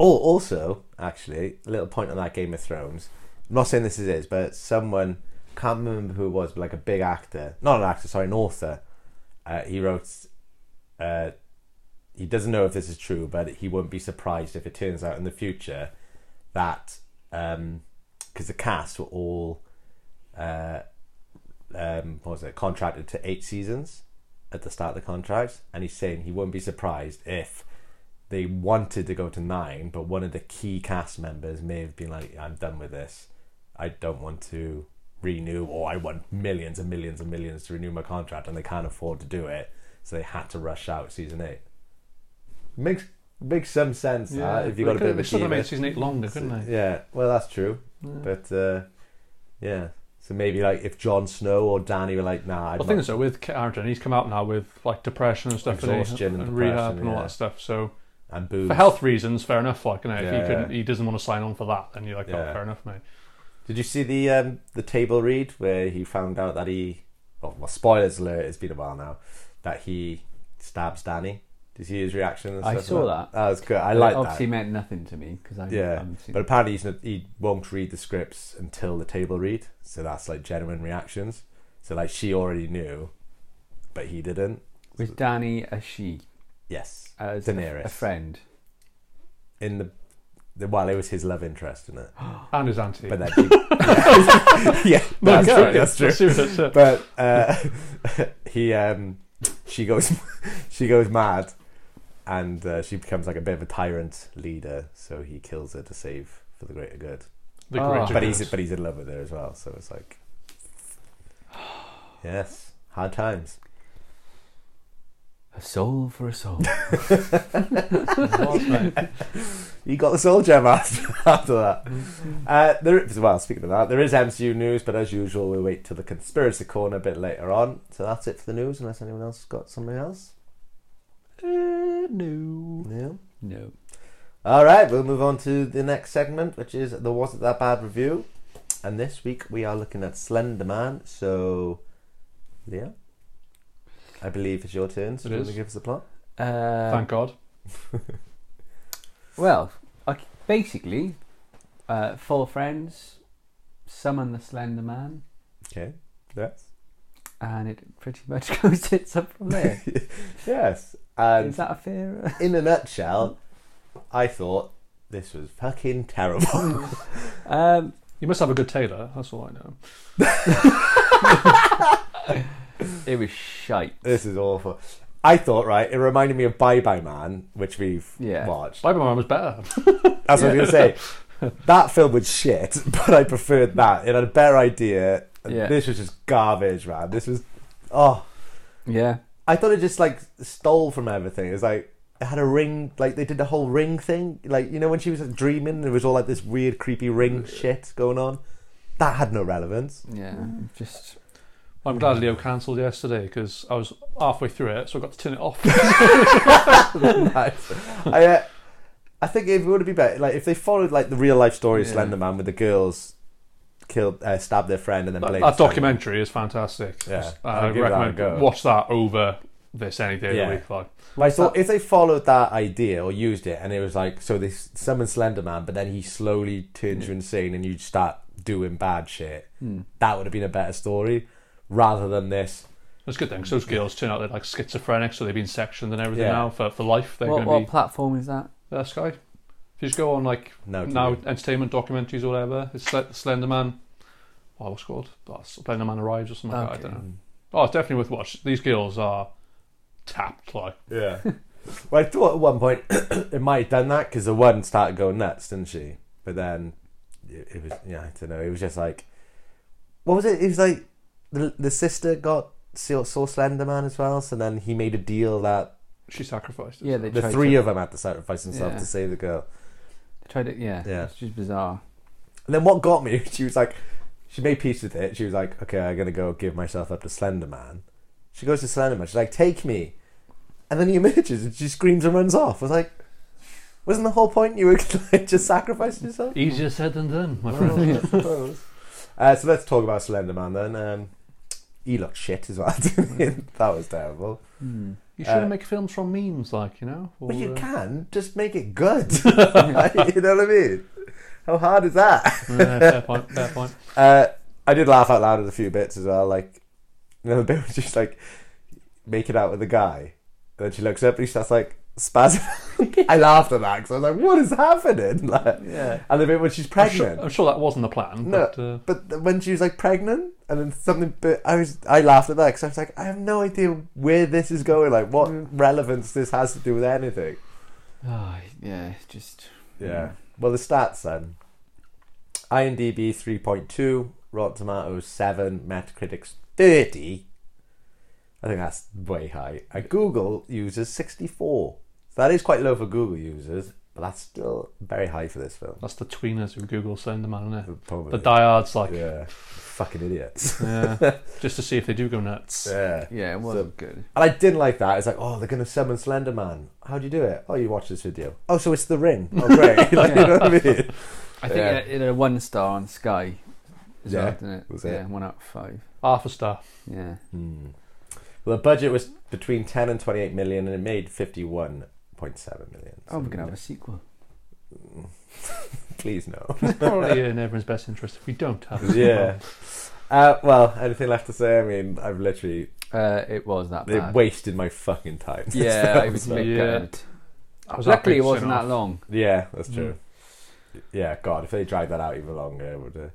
Speaker 3: oh, also, actually, a little point on that Game of Thrones. I'm not saying this is it, but someone can't remember who it was, but like a big actor, not an actor, sorry, an author. Uh, he wrote. Uh, he doesn't know if this is true, but he wouldn't be surprised if it turns out in the future that because the cast were all uh, um, what was it contracted to eight seasons at the start of the contract, and he's saying he wouldn't be surprised if they wanted to go to nine, but one of the key cast members may have been like, "I'm done with this. I don't want to renew, or I want millions and millions and millions to renew my contract, and they can't afford to do it, so they had to rush out season eight. Makes makes some sense uh, if you
Speaker 5: they
Speaker 3: got a
Speaker 5: could-
Speaker 3: bit of
Speaker 5: they
Speaker 3: a
Speaker 5: still
Speaker 3: key
Speaker 5: could have made
Speaker 3: bit.
Speaker 5: season eight longer, couldn't they?
Speaker 3: Yeah, well, that's true. But uh, yeah, so maybe like if Jon Snow or Danny were like, "Nah, I'd
Speaker 5: Well,
Speaker 3: not-
Speaker 5: things so with Kit Harington, he's come out now with like depression and stuff, hasn't he?
Speaker 3: Exhaustion and
Speaker 5: rehab and all
Speaker 3: depression, yeah.
Speaker 5: that stuff. So
Speaker 3: and boo."
Speaker 5: for health reasons, fair enough. Like, you know, if
Speaker 3: Yeah,
Speaker 5: he, couldn't,
Speaker 3: yeah.
Speaker 5: he doesn't want to sign on for that, then you're like,
Speaker 3: Yeah.
Speaker 5: oh, fair enough, mate.
Speaker 3: Did you see the um, the table read where he found out that he? Well, well, spoilers alert! It's been a while now that he stabs Danny. Did you see his reaction? And
Speaker 4: I
Speaker 3: stuff
Speaker 4: saw
Speaker 3: like
Speaker 4: that.
Speaker 3: That was good. I
Speaker 4: It
Speaker 3: like
Speaker 4: obviously
Speaker 3: that.
Speaker 4: meant nothing to me because I
Speaker 3: Yeah,
Speaker 4: haven't seen
Speaker 3: but apparently he's not, he won't read the scripts until the table read. So that's like genuine reactions. So like she already knew, but he didn't.
Speaker 4: Was Danny a she?
Speaker 3: Yes,
Speaker 4: As
Speaker 3: Daenerys
Speaker 4: A, a friend.
Speaker 3: in the, the well, it was his love interest in it.
Speaker 5: And his auntie.
Speaker 3: But then he, yeah, that's
Speaker 5: Okay,
Speaker 3: true. That's true.
Speaker 5: let's see what it says.
Speaker 3: but uh, he um, she goes she goes mad and uh, she becomes like a bit of a tyrant leader so he kills her to save for the greater good
Speaker 5: the
Speaker 4: Oh.
Speaker 5: greater
Speaker 3: Ah. but he's
Speaker 5: good.
Speaker 3: but he's in love with her as well so it's like yes hard times
Speaker 4: A soul for a soul.
Speaker 3: you got the soul gem after, after that uh, there, well speaking of that there is MCU news but as usual we'll wait till the conspiracy corner a bit later on so that's it for the news unless anyone else has got something else
Speaker 5: Uh, no.
Speaker 3: yeah
Speaker 4: no.
Speaker 3: All right, we'll move on to the next segment, which is the Wasn't That Bad review. And this week we are looking at Slender Man. So, Leah, I believe it's your turn. So,
Speaker 5: It
Speaker 3: do you want
Speaker 5: is.
Speaker 3: to give us the plot?
Speaker 4: Uh,
Speaker 5: Thank God.
Speaker 4: Well, like, basically, uh, four friends summon the Slender Man,
Speaker 3: Okay. Yes.
Speaker 4: and it pretty much goes tits up from there.
Speaker 3: Yes. And
Speaker 4: Is that a fair?
Speaker 3: in a nutshell, I thought this was fucking terrible.
Speaker 4: um,
Speaker 5: You must have a good tailor. That's all I know.
Speaker 4: it was shite.
Speaker 3: this is awful. I thought, right, it reminded me of Bye Bye Man, which we've
Speaker 4: Yeah.
Speaker 3: watched.
Speaker 5: Cyberman was better.
Speaker 3: That's what I was going to say. That film was shit, but I preferred that. It had a better idea. and
Speaker 4: Yeah.
Speaker 3: This was just garbage, man. This was, oh,
Speaker 4: Yeah.
Speaker 3: I thought it just like stole from everything. It was like it had a ring, like they did the whole ring thing. Like you know when she was like, dreaming, there was all like this weird, creepy ring shit going on. That had no relevance.
Speaker 4: Yeah. Just.
Speaker 5: I'm glad Leo cancelled yesterday because I was halfway through it, so I got to turn it off.
Speaker 3: Nice. I, uh, I think it would be better like if they followed like the real life story of
Speaker 4: Yeah.
Speaker 3: Slender Man with the girls killed, uh, stabbed their friend, and then
Speaker 5: That,
Speaker 3: blade.
Speaker 5: that documentary is fantastic.
Speaker 3: Yeah,
Speaker 5: I
Speaker 3: I'll give that a
Speaker 5: recommend
Speaker 3: go.
Speaker 5: watch that over this any day
Speaker 3: Yeah.
Speaker 5: of the week. Like,
Speaker 3: My thought, if they followed that idea or used it, and it was like, so they s- summon Slender Man, but then he slowly turns you insane, and you start doing bad shit. That would have been a better story, rather than this.
Speaker 5: it's a good thing 'cause those girls turn out they're like schizophrenic, so they've been sectioned and everything
Speaker 3: Yeah.
Speaker 5: now for, for life. They're
Speaker 4: What,
Speaker 5: going
Speaker 4: what
Speaker 5: to be
Speaker 4: platform is that?
Speaker 5: uh, Sky. If you just go on like
Speaker 3: No,
Speaker 5: now
Speaker 3: TV.
Speaker 5: entertainment documentaries or whatever, it's like Slender Man. Oh, what's it called? Oh, Slender Man arrives or something. Like that, I
Speaker 4: Okay.
Speaker 5: don't know. Oh, it's definitely worth watch. These girls are tapped. Like,
Speaker 3: Yeah. well, I thought at one point it might have done that because the one started going nuts, didn't she? But then it, it was, yeah, I don't know. It was just like, what was it? It was like the the sister got saw, saw Slender Man as well, so then he made a deal that
Speaker 5: she sacrificed.
Speaker 4: Yeah,
Speaker 5: herself.
Speaker 4: they
Speaker 3: the
Speaker 4: tried
Speaker 3: three
Speaker 4: to,
Speaker 3: of them had to sacrifice themselves
Speaker 4: Yeah.
Speaker 3: to save the girl.
Speaker 4: they tried it. Yeah,
Speaker 3: Yeah.
Speaker 4: It's just bizarre.
Speaker 3: And then what got me, she was like, she made peace with it. She was like, okay, I'm going to go give myself up to Slender Man. She goes to Slender Man. She's like, take me. And then he emerges and she screams and runs off. I was like, wasn't the whole point you were like, just sacrificing yourself?
Speaker 5: Easier said than done, my friend.
Speaker 3: uh, so let's talk about Slender Man then. Um, he looked shit as well. didn't he? that was terrible.
Speaker 5: You
Speaker 3: uh,
Speaker 5: shouldn't make films from memes, like you know. Or,
Speaker 3: Well, you
Speaker 5: uh,
Speaker 3: can just make it good. you know what I mean? How hard is that?
Speaker 5: yeah, fair point. Fair point.
Speaker 3: Uh, I did laugh out loud at a few bits as well. Like, you know, the bit where she's like making out with the guy, and then she looks up and she starts like spazzing. I laughed at that because I was like, "What is happening?" Like,
Speaker 4: Yeah.
Speaker 3: And the bit when she's
Speaker 5: I'm sure,
Speaker 3: pregnant.
Speaker 5: I'm sure that wasn't the plan,
Speaker 3: no,
Speaker 5: but uh,
Speaker 3: but th- when she was like pregnant, and then something, but I was, I laughed at that because I was like, I have no idea where this is going. Like, what
Speaker 5: Mm.
Speaker 3: relevance this has to do with anything?
Speaker 4: Oh, yeah, it's just
Speaker 3: Yeah. Mm. Well, the stats then. IMDb 3.2, Rotten Tomatoes 7, Metacritic's 30. I think that's way high. And Google users 64. So that is quite low for Google users, but that's still very high for this film.
Speaker 5: that's the tweeners who Google send them, isn't it?
Speaker 3: Probably.
Speaker 5: The diehards, like,
Speaker 3: Yeah. Fucking idiots.
Speaker 5: yeah, just to see if they do go nuts.
Speaker 3: yeah.
Speaker 4: yeah, it wasn't good.
Speaker 3: And I didn't like that. It's like, oh, they're going to summon Slender Man. How do you do it? Oh, you watch this video. Oh, so it's the ring. Oh, great. Like, You know what I mean?
Speaker 4: I think
Speaker 3: Yeah.
Speaker 4: it, it had a one star on Sky. As
Speaker 3: Yeah,
Speaker 4: well, didn't it?
Speaker 3: was it?
Speaker 4: yeah, one out of five.
Speaker 5: Half a star.
Speaker 4: Yeah,
Speaker 3: Hmm. Well, the budget was between 10 and 28 million, and it made 51.7 million.
Speaker 4: oh, we're gonna have a sequel.
Speaker 3: Please no.
Speaker 5: It's probably in everyone's best interest if we don't have. it.
Speaker 3: yeah. Uh, well, anything left to say? I mean, I've literally
Speaker 4: Uh, it was that
Speaker 3: they
Speaker 4: bad.
Speaker 3: wasted my fucking time.
Speaker 4: yeah, I was a bit
Speaker 5: Yeah.
Speaker 4: gutted.
Speaker 5: I was
Speaker 4: Luckily,
Speaker 5: happy
Speaker 4: it
Speaker 5: to
Speaker 4: wasn't
Speaker 5: send
Speaker 4: that
Speaker 5: off.
Speaker 4: long.
Speaker 3: yeah, that's true.
Speaker 4: Hmm.
Speaker 3: Yeah, God, if they dragged that out even longer, it would. Uh,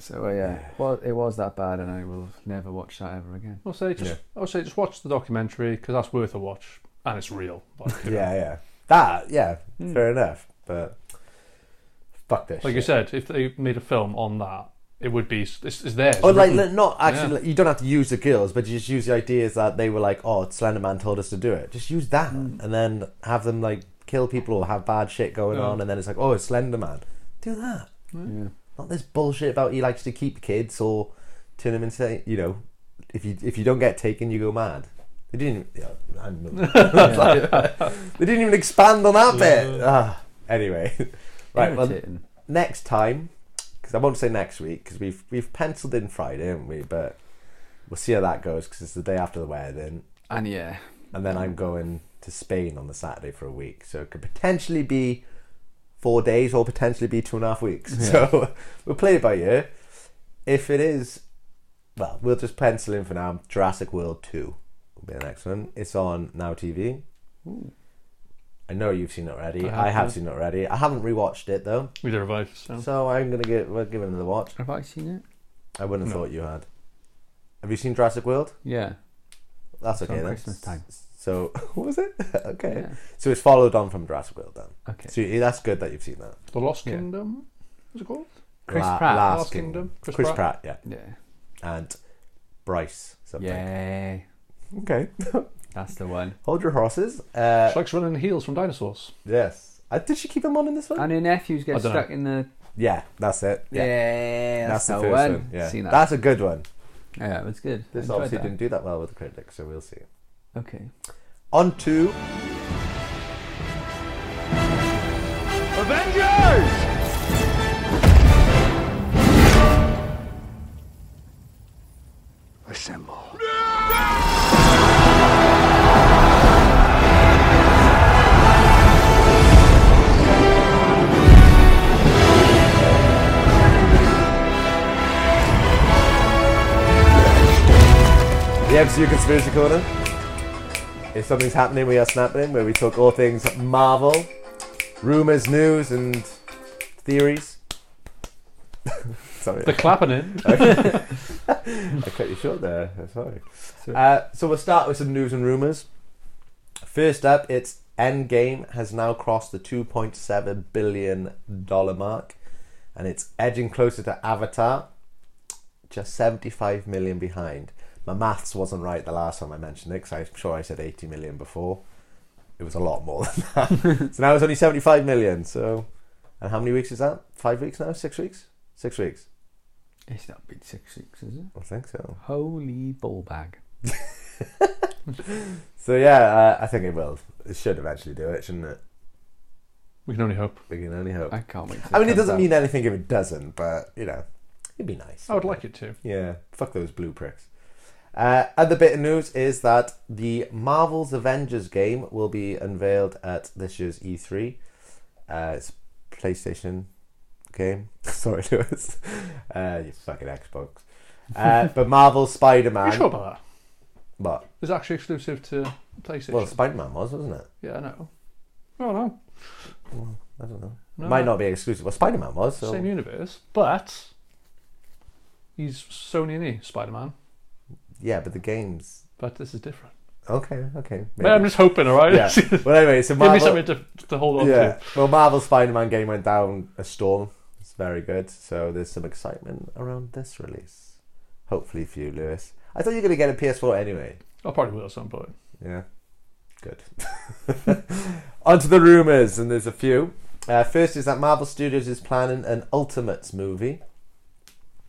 Speaker 4: So uh, yeah, well, it was that bad, and I will never watch that ever again.
Speaker 5: I'll say just, I'll say just watch the documentary because that's worth a watch and it's real. Like, you know.
Speaker 3: yeah, yeah, that, yeah,
Speaker 4: Hmm.
Speaker 3: fair enough. But fuck this.
Speaker 5: Like you
Speaker 3: shit.
Speaker 5: said, if they made a film on that, it would be it's, it's there. It's
Speaker 3: Or Oh, like,
Speaker 5: written.
Speaker 3: li- not actually. like, you don't have to use the girls, but you just use the ideas that they were like, "Oh, Slender Man told us to do it." Just use that, and then have them like kill people or have bad shit going on, and then it's like, "Oh, it's Slender Man." Do that.
Speaker 4: Yeah.
Speaker 3: Not this bullshit about he likes to keep kids or turn them into you know, if you if you don't get taken, you go mad. They didn't. Yeah, I'm, they didn't even expand on that bit. Ah, anyway, right. Well,
Speaker 4: Irritating.
Speaker 3: next time, because I won't say next week, because we've we've penciled in Friday, haven't we? But we'll see how that goes, because it's the day after the wedding,
Speaker 4: and yeah,
Speaker 3: and then I'm going to Spain on the Saturday for a week, so it could potentially be four days or potentially be two and a half weeks. So we'll play it by ear. If it is, well, we'll just pencil in for now. Jurassic World Two will be the next one. It's on Now TV. I know you've seen it already. I
Speaker 5: I
Speaker 3: have,
Speaker 5: have, yeah.
Speaker 3: seen it already. I haven't rewatched it though.
Speaker 5: we did revive. So.
Speaker 3: So I'm gonna give well, give it another watch.
Speaker 4: have I seen it?
Speaker 3: I wouldn't have thought you had. Have you seen Jurassic World?
Speaker 4: Yeah,
Speaker 3: That's
Speaker 4: on
Speaker 3: okay. Then.
Speaker 4: Christmas time.
Speaker 3: So what was it? okay.
Speaker 4: Yeah.
Speaker 3: So it's followed on from Jurassic World then.
Speaker 4: Okay.
Speaker 3: So you- that's good that you've seen that.
Speaker 5: The Lost Kingdom. What's it called?
Speaker 4: Chris
Speaker 3: La-
Speaker 4: Pratt.
Speaker 3: Last,
Speaker 5: Last
Speaker 3: Kingdom.
Speaker 5: Kingdom.
Speaker 3: Chris,
Speaker 5: Chris
Speaker 3: Pratt.
Speaker 5: Pratt.
Speaker 4: yeah,
Speaker 3: yeah, and Bryce something.
Speaker 4: yeah.
Speaker 3: Okay.
Speaker 4: That's the one.
Speaker 3: Hold your horses. Uh,
Speaker 5: She likes running in heels from dinosaurs.
Speaker 3: yes. Uh, did she keep him on in this one?
Speaker 4: And her nephews
Speaker 5: I
Speaker 4: get
Speaker 5: dunno.
Speaker 4: stuck in the.
Speaker 3: yeah, that's it.
Speaker 4: Yeah,
Speaker 3: Yeah,
Speaker 4: that's,
Speaker 3: the
Speaker 4: the,
Speaker 3: first
Speaker 4: one.
Speaker 3: one. Yeah,
Speaker 4: Seen that.
Speaker 3: that's a good one.
Speaker 4: yeah, it was good. I
Speaker 3: This
Speaker 4: enjoyed
Speaker 3: obviously
Speaker 4: that.
Speaker 3: didn't do that well with the critics, so we'll see.
Speaker 4: Okay.
Speaker 3: On to
Speaker 2: Avengers!
Speaker 3: The MCU Conspiracy Corner. If something's happening, we are snapping, where we talk all things Marvel, rumours, news, and theories. Sorry,
Speaker 5: The clapping in.
Speaker 3: I cut you short there. I'm Sorry. Uh, so we'll start with some news and rumours. First up, it's Endgame has now crossed the $2.7 billion mark, and it's edging closer to Avatar, just 75 million behind. My maths wasn't right the last time I mentioned it because I'm sure I said 80 million before. It was a lot more than that. so now it's only 75 million. So, and how many weeks is that? Five weeks now? Six weeks? Six weeks.
Speaker 4: It's not been six weeks, is it?
Speaker 3: I think so.
Speaker 4: Holy ball bag.
Speaker 3: So yeah, uh, I think it will. It should eventually do it, shouldn't it?
Speaker 5: We can only hope.
Speaker 3: We can only hope.
Speaker 4: I
Speaker 3: I,
Speaker 4: can't wait. till
Speaker 3: mean, it
Speaker 4: comes
Speaker 3: doesn't
Speaker 4: out.
Speaker 3: mean anything if it doesn't, but you know, it'd be nice.
Speaker 5: I would like it to.
Speaker 3: Yeah, fuck those blue pricks. Uh, other bit of news is that the Marvel's Avengers game will be unveiled at this year's E3. Uh, it's a PlayStation game. Sorry, Lewis. Uh, you fucking Xbox. Uh, but Marvel's
Speaker 5: Are
Speaker 3: Spider-Man.
Speaker 5: you sure about that?
Speaker 3: But
Speaker 5: It's actually exclusive to PlayStation.
Speaker 3: well, Spider-Man was, wasn't it?
Speaker 5: yeah, I know. Oh no,
Speaker 3: I don't know.
Speaker 5: No,
Speaker 3: Might
Speaker 5: no.
Speaker 3: not be exclusive. Well, Spider-Man was. So.
Speaker 5: same universe, but he's Sony and he Spider-Man.
Speaker 3: Yeah, but the games.
Speaker 5: But this is different.
Speaker 3: Okay, okay.
Speaker 5: Man, I'm
Speaker 3: maybe.
Speaker 5: just hoping, all right?
Speaker 3: yeah.
Speaker 5: Give
Speaker 3: Well, anyway, so
Speaker 5: me
Speaker 3: Marvel.
Speaker 5: something to, to hold on
Speaker 3: Yeah.
Speaker 5: to.
Speaker 3: Well, Marvel Spider-Man game went down a storm. It's very good. So there's some excitement around this release. Hopefully for you, Lewis. I thought you were going to get a PS4 anyway.
Speaker 5: I probably will at some point.
Speaker 3: Yeah. Good. On to the rumours, and there's a few. Uh, first is that Marvel Studios is planning an Ultimates movie.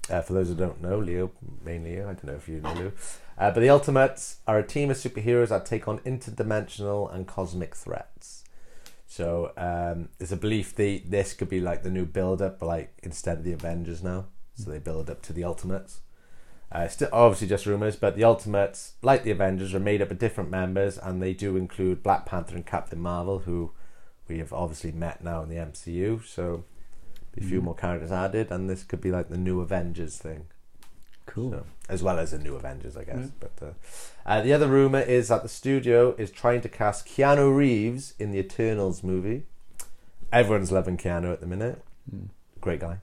Speaker 3: Uh, for those who don't know, Leo, mainly you, I don't know if you know Leo. Uh, but the Ultimates are a team of superheroes that take on interdimensional and cosmic threats. So um, there's a belief the this could be like the new build up, like instead of the Avengers now. So they build up to the Ultimates. Uh, still, obviously, just rumors, but the Ultimates, like the Avengers, are made up of different members, and they do include Black Panther and Captain Marvel, who we have obviously met now in the MCU. So, a few more characters added, and this could be like the new Avengers thing.
Speaker 4: Cool.
Speaker 3: So, as well as the new Avengers, I guess. But uh, uh, the other rumor is that the studio is trying to cast Keanu Reeves in the Eternals movie. Everyone's loving Keanu at the minute. Great guy.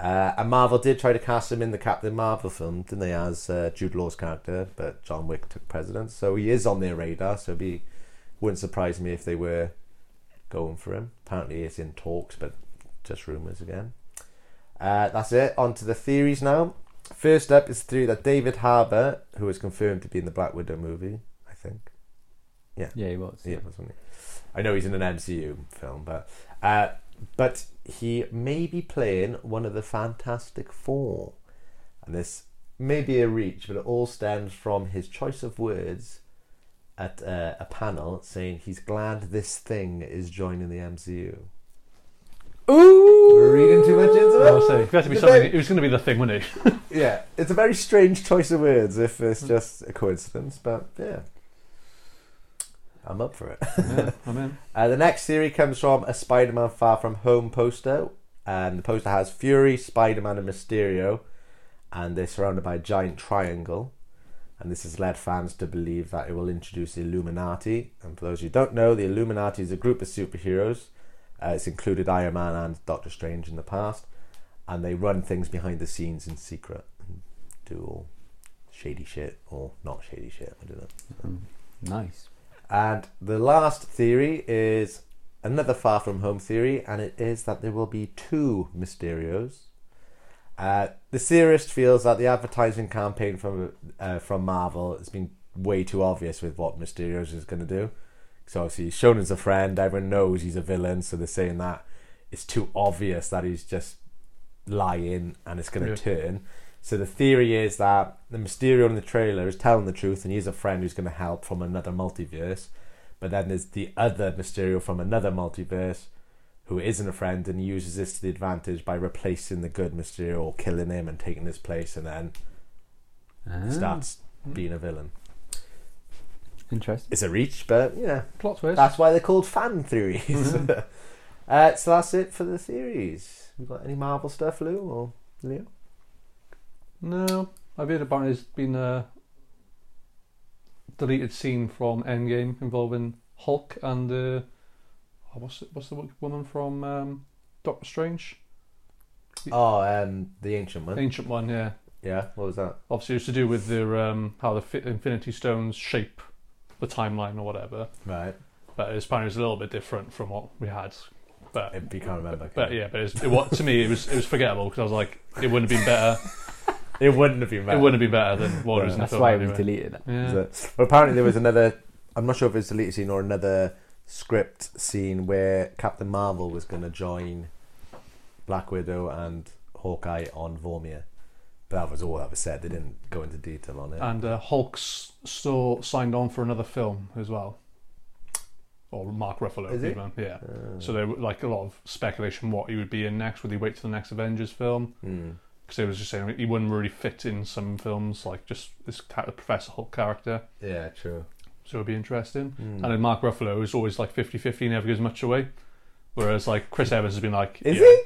Speaker 3: Uh, and Marvel did try to cast him in the Captain Marvel film, didn't they, as uh, Jude Law's character? But John Wick took precedence, so he is on their radar. So it'd be wouldn't surprise me if they were going for him. Apparently, it's in talks, but just rumors again. Uh, that's it. On to the theories now. First up is the theory that David Harbour, who was confirmed to be in the Black Widow movie, I think.
Speaker 4: Yeah, he was.
Speaker 3: Yeah, that's funny. I know he's in an MCU film, but uh, but he may be playing one of the Fantastic Four, and this may be a reach, but it all stems from his choice of words at uh, a panel saying he's glad this thing is joining the MCU.
Speaker 4: Ooh.
Speaker 3: We're reading too much into it.
Speaker 5: I'll say, it had to be
Speaker 3: It's a
Speaker 5: something.
Speaker 3: very-
Speaker 5: It was going to be the thing, wouldn't it?
Speaker 3: yeah, it's a very strange choice of words if it's just a coincidence, but yeah, I'm up for it.
Speaker 5: yeah, I mean,
Speaker 3: Uh, the next theory comes from a Spider Man Far From Home poster. And the poster has Fury, Spider Man, and Mysterio. And they're surrounded by a giant triangle. And this has led fans to believe that it will introduce the Illuminati. And for those who don't know, the Illuminati is a group of superheroes. Uh, it's included Iron Man and Doctor Strange in the past. And they run things behind the scenes in secret and do all shady shit or not shady shit. I don't know.
Speaker 4: Nice.
Speaker 3: And the last theory is another far from home theory, and it is that there will be two Mysterios. Uh, the theorist feels that the advertising campaign from uh, from Marvel has been way too obvious with what Mysterios is going to do. So obviously he's shown as a friend. Everyone knows he's a villain, so they're saying that it's too obvious that he's just lying and it's going to
Speaker 5: Yeah.
Speaker 3: turn. So the theory is that the Mysterio in the trailer is telling the truth and he's a friend who's going to help from another multiverse. But then there's the other Mysterio from another multiverse who isn't a friend and uses this to the advantage by replacing the good Mysterio or killing him and taking his place and then
Speaker 4: Ah,
Speaker 3: starts
Speaker 5: Hmm.
Speaker 3: being a villain.
Speaker 4: Interesting.
Speaker 3: It's a reach, but you know,
Speaker 5: plot twist.
Speaker 3: that's why they're called fan theories.
Speaker 5: Hmm.
Speaker 3: uh, so that's it for the theories. You got any Marvel stuff, Lou or Leo?
Speaker 5: No, I've heard about it. It's been uh, deleted scene from Endgame involving Hulk and uh, oh, what's it, what's the woman from um, Doctor Strange,
Speaker 3: Oh, um, the ancient one.
Speaker 5: ancient one, yeah.
Speaker 3: yeah, what was that?
Speaker 5: Obviously, it's to do with their um, how the fi- Infinity Stones shape the timeline or whatever.
Speaker 3: Right.
Speaker 5: But it's apparently it was a little bit different from what we had. But
Speaker 3: If you can't remember.
Speaker 5: but yeah, but it's, it was to me it was it was forgettable because I was like it wouldn't have been better.
Speaker 3: It wouldn't have been
Speaker 5: It
Speaker 3: bad.
Speaker 5: wouldn't have been better than what it was in the
Speaker 4: That's
Speaker 5: film.
Speaker 4: why
Speaker 5: anyway.
Speaker 4: we deleted it.
Speaker 5: Yeah.
Speaker 3: But- well, apparently there was another. I'm not sure if it's deleted scene or another script scene where Captain Marvel was going to join Black Widow and Hawkeye on Vormir. But that was all that was said. They didn't go into detail on it.
Speaker 5: And uh, Hulk's still signed on for another film as well. Or Mark Ruffalo,
Speaker 3: Is he? Ah.
Speaker 5: even, yeah. So there were like a lot of speculation what he would be in next. Would he wait till the next Avengers film?
Speaker 3: Hmm.
Speaker 5: Because they was just saying he wouldn't really fit in some films, like just this ca- Professor Hulk character.
Speaker 3: yeah, true.
Speaker 5: So it'd be interesting.
Speaker 3: Hmm.
Speaker 5: And then Mark Ruffalo is always like 50-50, he never gives much away. Whereas like Chris Evans has been like,
Speaker 3: Hmm. Is
Speaker 5: yeah.
Speaker 3: he?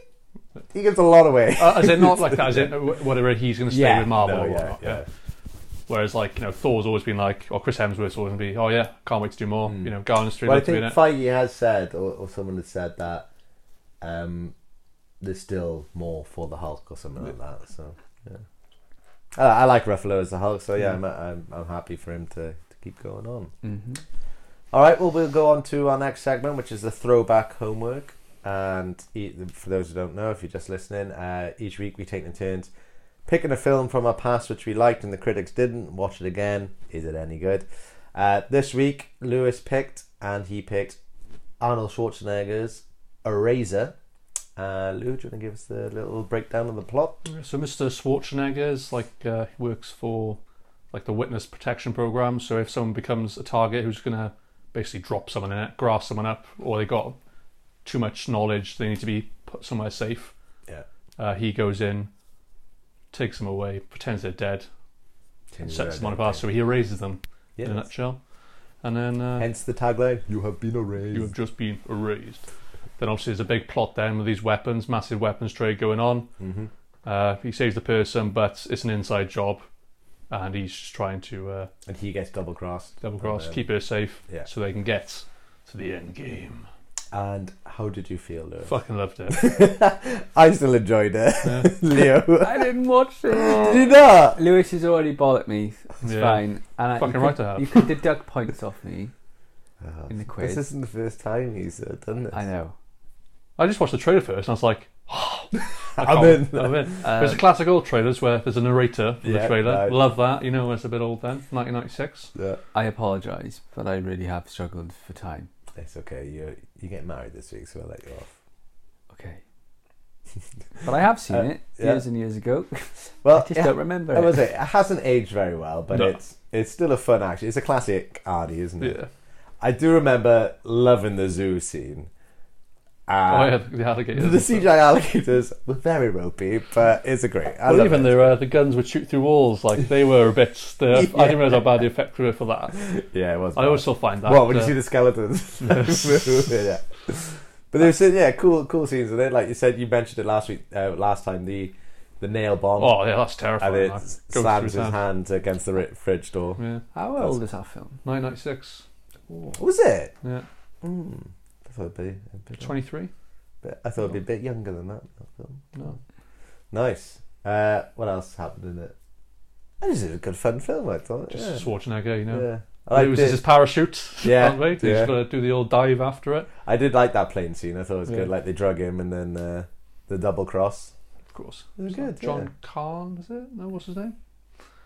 Speaker 3: He gives a lot away.
Speaker 5: Uh, as in not like that, as in wh- whether he's going to stay
Speaker 3: Yeah.
Speaker 5: with Marvel
Speaker 3: No,
Speaker 5: or
Speaker 3: yeah,
Speaker 5: not.
Speaker 3: yeah.
Speaker 5: yeah. Whereas like you know Thor's always been like, or Chris Hemsworth's always been, oh yeah, can't wait to do more. You know, Garner's three
Speaker 3: Hmm. Well, I
Speaker 5: to be in
Speaker 3: think
Speaker 5: it.
Speaker 3: Feige has said, or, or someone has said that um, there's still more for the Hulk or something like that. So yeah, I, I like Ruffalo as the Hulk. So yeah, I'm, I'm I'm happy for him to, to keep going on. All right, well we'll go on to our next segment, which is the throwback homework. And e- for those who don't know, if you're just listening, uh, each week we take in turns picking a film from our past which we liked and the critics didn't. Watch it again. Is it any good? Uh, this week, Lewis picked, and he picked Arnold Schwarzenegger's Eraser. Uh, Lou, do you want to give us the little breakdown of the plot?
Speaker 5: So Mr. Schwarzenegger is like uh, he works for like the witness protection program. So if someone becomes a target who's going to basically drop someone in it, grass someone up, or they got too much knowledge, they need to be put somewhere safe.
Speaker 3: Yeah.
Speaker 5: Uh, he goes in, takes them away, pretends they're dead, and sets them on a path. So he erases them. in a
Speaker 3: Yes.
Speaker 5: nutshell. And then uh,
Speaker 3: Hence the tagline, You have been erased.
Speaker 5: you have just been erased. Then obviously there's a big plot then with these weapons, massive weapons trade going on. Mm-hmm. Uh, he saves the person, but it's an inside job, and he's just trying to uh,
Speaker 3: and he gets double crossed. Um,
Speaker 5: double cross, keep her safe,
Speaker 3: yeah.
Speaker 5: so they can get to the end game.
Speaker 3: And how did you feel, Lou?
Speaker 5: Fucking loved it.
Speaker 3: I still enjoyed it. Leo.
Speaker 4: I didn't watch it.
Speaker 3: Did you not?
Speaker 4: Lewis has already bollocked me. It's
Speaker 5: Yeah.
Speaker 4: fine. And I,
Speaker 5: Fucking
Speaker 4: you
Speaker 5: right
Speaker 4: could,
Speaker 5: I have.
Speaker 4: You could deduct points off me in the
Speaker 3: This
Speaker 4: quiz.
Speaker 3: isn't the first time he's uh, done this.
Speaker 4: I know.
Speaker 5: I just watched the trailer first, and I was like. I
Speaker 3: I'm
Speaker 5: can't-
Speaker 3: in. Uh,
Speaker 5: I'm in. there's a classic old trailers where there's a narrator for
Speaker 3: Yeah,
Speaker 5: the trailer.
Speaker 3: no.
Speaker 5: Love that. You know, it's a bit old then, 1996.
Speaker 3: Yeah.
Speaker 4: I apologise, but I really have struggled for time.
Speaker 3: It's okay. You're, you're getting married this week, so I'll let you off.
Speaker 4: Okay. but I have seen
Speaker 3: Uh,
Speaker 4: it
Speaker 3: yeah.
Speaker 4: years and years ago.
Speaker 3: Well,
Speaker 4: I just don't remember
Speaker 3: I
Speaker 4: it.
Speaker 3: was it. It hasn't aged very well, but
Speaker 5: No.
Speaker 3: it's it's still a fun action. It's a classic Arnie, isn't it?
Speaker 5: Yeah.
Speaker 3: I do remember loving the zoo scene. Uh,
Speaker 5: oh, yeah, the alligator.
Speaker 3: The CGI alligators were very ropey, but it's a great. I
Speaker 5: Well,
Speaker 3: love
Speaker 5: even
Speaker 3: it.
Speaker 5: their uh, the guns would shoot through walls. Like they were a bit. The, I didn't realize how bad the effects were for that.
Speaker 3: yeah, it was.
Speaker 5: I
Speaker 3: bad.
Speaker 5: also find that.
Speaker 3: What when
Speaker 5: uh,
Speaker 3: you see the skeletons? yeah. But there's yeah, cool cool scenes in it. Like you said, you mentioned it last week, uh, last time the the nail bomb
Speaker 5: Oh yeah, that's
Speaker 3: and
Speaker 5: terrifying.
Speaker 3: it
Speaker 5: like, goes through
Speaker 3: slams
Speaker 5: his
Speaker 3: his
Speaker 5: hand. Hmm.
Speaker 3: hand against the ri- fridge door.
Speaker 5: Yeah,
Speaker 4: How old is that film?
Speaker 5: 1996.
Speaker 3: What was it? Hmm.
Speaker 5: Yeah,
Speaker 3: I thought it'd be a bit
Speaker 5: 23.
Speaker 3: But I thought it'd be a bit younger than that. that film.
Speaker 5: No.
Speaker 3: Nice. Uh, what else happened in it? I just did a good fun film. I thought.
Speaker 5: Just
Speaker 3: yeah.
Speaker 5: Schwarzenegger, you know.
Speaker 3: yeah. I,
Speaker 5: He
Speaker 3: liked
Speaker 5: loses
Speaker 3: it.
Speaker 5: his parachute.
Speaker 3: Yeah,
Speaker 5: can't wait. He's
Speaker 3: yeah.
Speaker 5: gonna do the old dive after it.
Speaker 3: I did like that plane scene. I thought it was
Speaker 5: Yeah.
Speaker 3: good. Like they drug him and then uh, the double cross.
Speaker 5: Of course.
Speaker 3: It was
Speaker 5: Is that
Speaker 3: good,
Speaker 5: John
Speaker 3: yeah.
Speaker 5: Carn, is it? No, what's his name?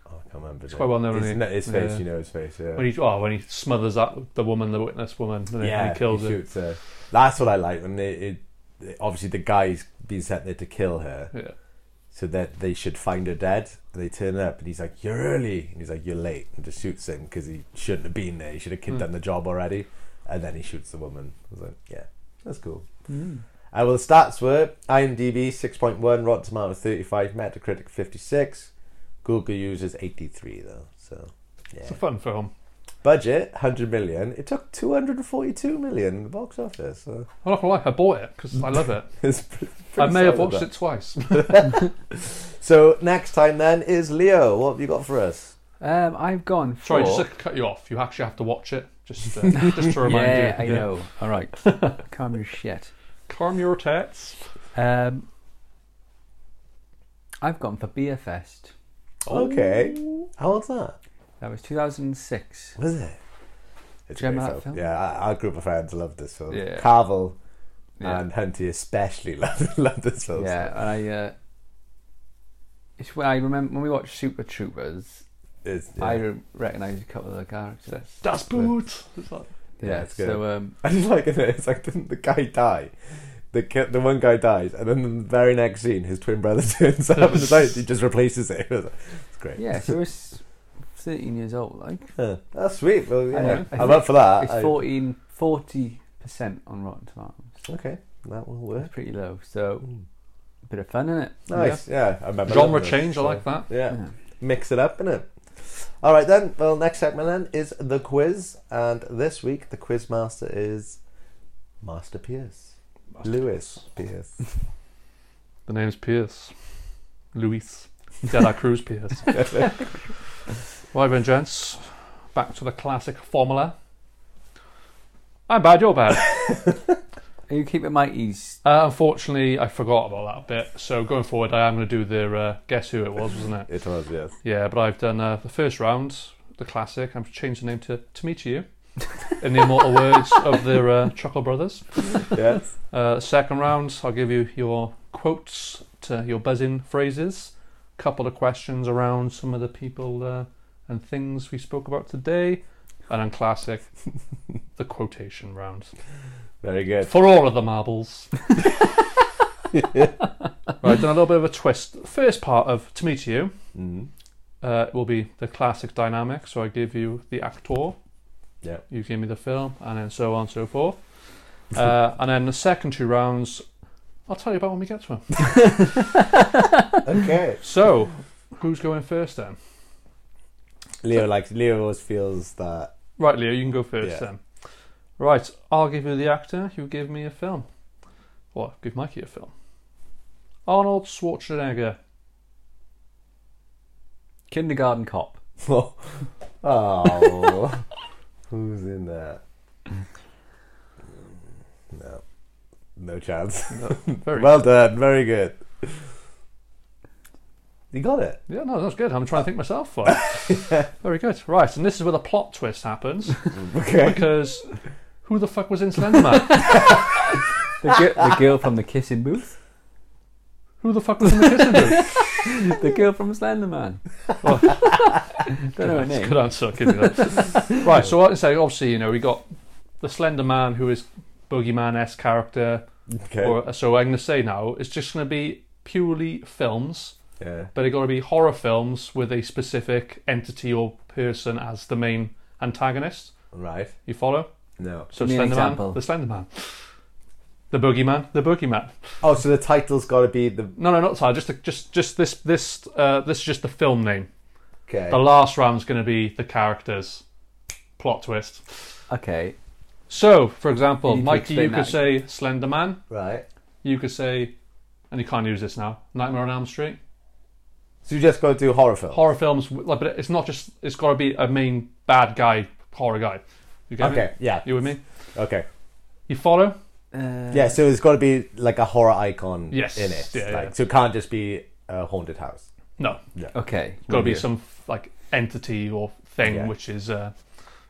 Speaker 3: Oh, I can't remember. It's
Speaker 5: quite well known,
Speaker 3: His,
Speaker 5: isn't
Speaker 3: no,
Speaker 5: it?
Speaker 3: his face,
Speaker 5: Yeah.
Speaker 3: you know his face. Yeah.
Speaker 5: When he oh, when he smothers that the woman, the witness woman, and then
Speaker 3: yeah,
Speaker 5: he kills her.
Speaker 3: shoots her. That's what I like. When they, it, it- obviously the guy's been sent there to kill her,
Speaker 5: Yeah.
Speaker 3: so that they should find her dead. And they turn up, and he's like, "You're early," and he's like, "You're late," and just shoots him because he shouldn't have been there. He should have kid
Speaker 5: Hmm.
Speaker 3: done the job already. And then he shoots the woman. I was like, "Yeah, that's cool."
Speaker 5: Hmm.
Speaker 3: Uh, well, the stats were IMDb 6.1, Rotten Tomatoes 35, Metacritic 56, Google users 83 though. So
Speaker 5: It's a fun film.
Speaker 3: budget 100 million. It took 242 million in the box office. So
Speaker 5: I'm not gonna lie, I bought it because I love it.
Speaker 3: it's pretty
Speaker 5: I may have
Speaker 3: solid,
Speaker 5: watched
Speaker 3: that.
Speaker 5: it twice.
Speaker 3: So next time then is Leo. What have you got for us?
Speaker 4: Um, I've gone for.
Speaker 5: Sorry, just to cut you off. You actually have to watch it. Just, uh, just to remind
Speaker 4: yeah, I
Speaker 5: you.
Speaker 4: know. All right, calm your shit.
Speaker 5: Calm your tits.
Speaker 4: Um, I've gone for Beer Fest.
Speaker 3: Okay.
Speaker 4: Oh.
Speaker 3: How old's that?
Speaker 4: That was 2006.
Speaker 3: Was it? It's
Speaker 4: Do you
Speaker 3: a great
Speaker 4: remember that film?
Speaker 3: Yeah, our- our group of friends loved this film.
Speaker 4: Yeah.
Speaker 3: Carvel
Speaker 4: Yeah.
Speaker 3: and Hunty especially loved, loved this film.
Speaker 4: Um, Yeah, and I. Uh, it's when I remember when we watched Super Troopers.
Speaker 3: It's, yeah.
Speaker 4: I
Speaker 3: I,
Speaker 4: re- recognised a couple of the characters.
Speaker 5: Das Boot. It's like-
Speaker 4: Yeah,
Speaker 3: it's good.
Speaker 4: so um,
Speaker 3: just like it. It's like didn't the guy die? The ki- the one guy dies, and then the very next scene, his twin brother turns up and it's like, he just replaces it. It's great.
Speaker 4: yeah, so it's 13 years old. Like
Speaker 3: Huh. That's sweet. Well,
Speaker 4: I
Speaker 3: yeah.
Speaker 4: know. I
Speaker 3: I'm up for that.
Speaker 4: it's
Speaker 3: I-
Speaker 4: 14, 40 percent on Rotten Tomatoes.
Speaker 3: Okay, that will
Speaker 4: It's
Speaker 3: work.
Speaker 4: pretty low. So
Speaker 3: Hmm.
Speaker 4: a bit of fun in it.
Speaker 3: Nice. Yeah, I remember.
Speaker 5: Genre
Speaker 3: that.
Speaker 5: change. I like that.
Speaker 3: Yeah.
Speaker 4: Yeah.
Speaker 3: mix it up, innit? All right then. Well, next segment then is the quiz, and this week the quiz master is Master Pierce, Lewis Pierce.
Speaker 5: The name's Pierce. Luis. De La Cruz Pierce. right then, gents. Back to the classic formula. I'm bad, you're bad.
Speaker 4: Are you keeping my ease?
Speaker 5: Uh, unfortunately, I forgot about that bit. So going forward, I am going to do the uh, guess who it was, wasn't it?
Speaker 3: it was yes.
Speaker 5: Yeah, but I've done uh, the first round, the classic. I've changed the name to To Meet You, in the immortal words of the uh, Chuckle Brothers.
Speaker 3: Yes.
Speaker 5: Uh, second round, I'll give you your quotes to your buzzing phrases. Couple of questions around some of the people uh, and things we spoke about today. And then classic, the quotation round.
Speaker 3: Very good.
Speaker 5: For all of the marbles. right, done a little bit of a twist. First part of To Meet You
Speaker 3: Mm.
Speaker 5: uh, will be the classic dynamic. So I give you the actor,
Speaker 3: Yeah.
Speaker 5: you give me the film, and then so on and so forth. Uh, and then the second two rounds, I'll tell you about when we get to them.
Speaker 3: Okay.
Speaker 5: So, who's going first then?
Speaker 3: Leo likes. Leo always feels that.
Speaker 5: Right, Leo, you can go first
Speaker 3: Yeah.
Speaker 5: then. Right, I'll give you the actor, you give me a film. Well, give Mikey a film. Arnold Schwarzenegger.
Speaker 4: Kindergarten Cop.
Speaker 3: Oh. oh. Who's in that? No. No chance.
Speaker 5: Very
Speaker 3: well done. Very good. You got it.
Speaker 5: Yeah, no, that's good. I'm trying to think myself for it. Very good. Right, and this is where the plot twist happens
Speaker 3: Okay.
Speaker 5: because who the fuck was in Slenderman?
Speaker 4: The, gi- the girl from the kissing booth.
Speaker 5: who the fuck was in the kissing booth?
Speaker 4: The girl from Slenderman. Don't know her
Speaker 5: That's a
Speaker 4: name.
Speaker 5: good answer. I'll give you that. right, so I say, obviously, you know, we got the Slender Man who is boogeyman esque character.
Speaker 3: Okay.
Speaker 5: Or, so I'm going to say now, it's just going to be purely films,
Speaker 3: yeah.
Speaker 5: but it's going to be horror films with a specific entity or person as the main antagonist.
Speaker 3: Right.
Speaker 5: You follow?
Speaker 3: No.
Speaker 5: So
Speaker 4: Give me an
Speaker 5: Slenderman,
Speaker 4: example.
Speaker 5: the Slenderman, the Boogeyman, the Boogeyman.
Speaker 3: Oh, so the title's got to be the.
Speaker 5: No, no, not sorry. Just, the, just, just this, this, uh, this is just the film name.
Speaker 3: Okay.
Speaker 5: The last round's going to be the characters. Plot twist.
Speaker 4: Okay.
Speaker 5: So, for example,
Speaker 4: You need to
Speaker 5: Mikey, you
Speaker 4: explain
Speaker 5: could
Speaker 4: that.
Speaker 5: say Slenderman.
Speaker 3: Right.
Speaker 5: You could say, and you can't use this now. Nightmare on Elm Street.
Speaker 3: So you just got to do horror film.
Speaker 5: Horror films, like, but it's not just. It's got to be a main bad guy, horror guy. You get
Speaker 3: Okay,
Speaker 5: me?
Speaker 3: yeah.
Speaker 5: You with me?
Speaker 3: Okay.
Speaker 5: You follow?
Speaker 3: Yeah. So it's got to be like a horror icon.
Speaker 5: Yes,
Speaker 3: In it.
Speaker 5: yeah,
Speaker 3: like,
Speaker 5: yeah.
Speaker 3: So it can't just be a haunted house.
Speaker 5: No.
Speaker 4: Okay.
Speaker 5: got to
Speaker 4: with
Speaker 5: be
Speaker 4: you.
Speaker 5: some like entity or thing
Speaker 3: Yeah.
Speaker 5: which is uh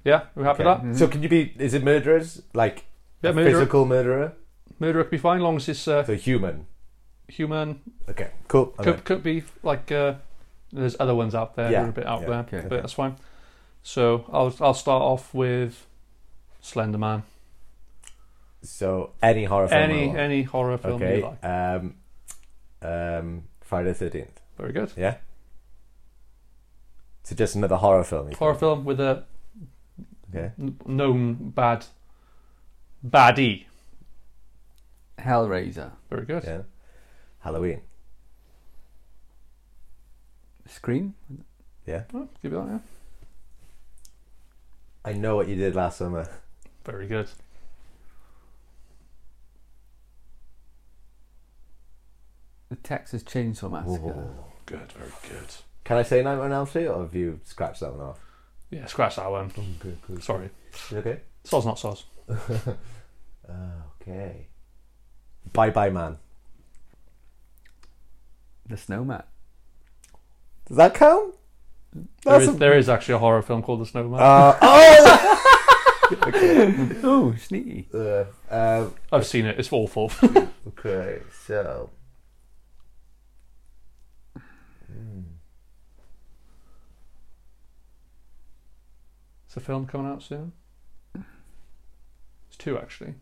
Speaker 5: yeah we happy
Speaker 3: Okay.
Speaker 5: with that
Speaker 3: So can you be? Is it murderers? Like
Speaker 5: Yeah,
Speaker 3: a
Speaker 5: murderer.
Speaker 3: physical murderer?
Speaker 5: murderer could be fine long as it's uh,
Speaker 3: So human.
Speaker 5: human
Speaker 3: Okay. Cool. I'm in.
Speaker 5: could, could be like uh there's other ones out there
Speaker 3: Yeah,
Speaker 5: that are a bit out
Speaker 3: yeah,
Speaker 5: there
Speaker 4: okay.
Speaker 5: but that's fine so I'll I'll start off with Slender Man
Speaker 3: So any horror film. I
Speaker 5: any
Speaker 3: want.
Speaker 5: any horror film
Speaker 3: Okay.
Speaker 5: you like
Speaker 3: Um. Um. Friday Thirteenth.
Speaker 5: very good
Speaker 3: Yeah. So just another horror film. you
Speaker 5: horror
Speaker 3: think?
Speaker 5: film with a
Speaker 3: Okay.
Speaker 5: n- known bad baddie
Speaker 4: Hellraiser.
Speaker 5: very good
Speaker 3: Yeah. Halloween.
Speaker 4: Scream.
Speaker 3: Yeah.
Speaker 5: Oh, give you that yeah
Speaker 3: I know what you did last summer.
Speaker 5: very good
Speaker 4: The Texas Chainsaw Massacre.
Speaker 5: good very good
Speaker 3: Can I say Nightmare on Elm Street, or have you scratched that one off?
Speaker 5: Yeah, scratch that one.
Speaker 3: Oh, Good, good.
Speaker 5: Sorry.
Speaker 3: You okay?
Speaker 5: Soz not soz.
Speaker 3: Okay. Bye Bye Man.
Speaker 4: The Snowman.
Speaker 3: Does that count?
Speaker 5: There
Speaker 3: That's
Speaker 5: is,
Speaker 3: a- Uh,
Speaker 5: there is actually a horror film called The Snowman.
Speaker 4: Oh, sneaky.
Speaker 3: Uh, um,
Speaker 5: I've seen it. It's awful.
Speaker 3: okay, so.
Speaker 5: it's a film coming out soon. It's two actually.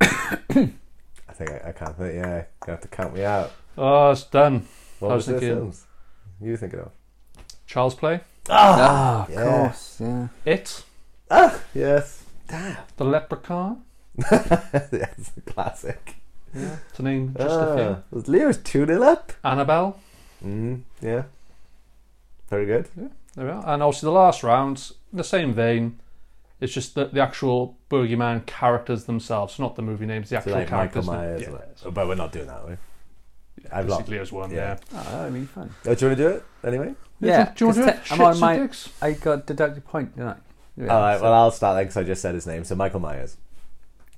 Speaker 3: I think I, I can't think, yeah. You have to count me out.
Speaker 5: Oh, it's done.
Speaker 3: What
Speaker 5: I
Speaker 3: was
Speaker 5: was
Speaker 3: the
Speaker 5: thinking-
Speaker 3: films you thinking of?
Speaker 5: Charles Play.
Speaker 4: Ah, of
Speaker 3: yeah.
Speaker 4: course, yeah.
Speaker 5: It.
Speaker 3: Yes.
Speaker 5: The Leprechaun.
Speaker 3: That's a classic.
Speaker 5: To name just a
Speaker 3: Ah,
Speaker 5: few.
Speaker 3: was Leo's 2 0 up?
Speaker 5: Annabelle.
Speaker 3: Mm, yeah. Very good.
Speaker 5: There we are. And obviously the last round, in the same vein, it's just the, the actual boogeyman characters themselves, not the movie names, the
Speaker 3: So
Speaker 5: actual
Speaker 3: like Michael
Speaker 5: characters.
Speaker 3: Myers.
Speaker 5: yeah,
Speaker 3: like- oh, But we're not doing that, are we? I've lost.
Speaker 5: basically as one.
Speaker 3: Yeah.
Speaker 5: Yeah.
Speaker 4: Oh, that would be fun.
Speaker 3: Oh, do you want to do it anyway?
Speaker 4: Yeah,
Speaker 5: Do you want to do
Speaker 4: 'cause te-
Speaker 5: it?
Speaker 4: I'm on
Speaker 5: Shits and
Speaker 4: my.
Speaker 5: dicks.
Speaker 4: I got deducted point, didn't I? Yeah,
Speaker 3: All right,
Speaker 4: so-
Speaker 3: well, I'll start then because I just said his name. So Michael Myers,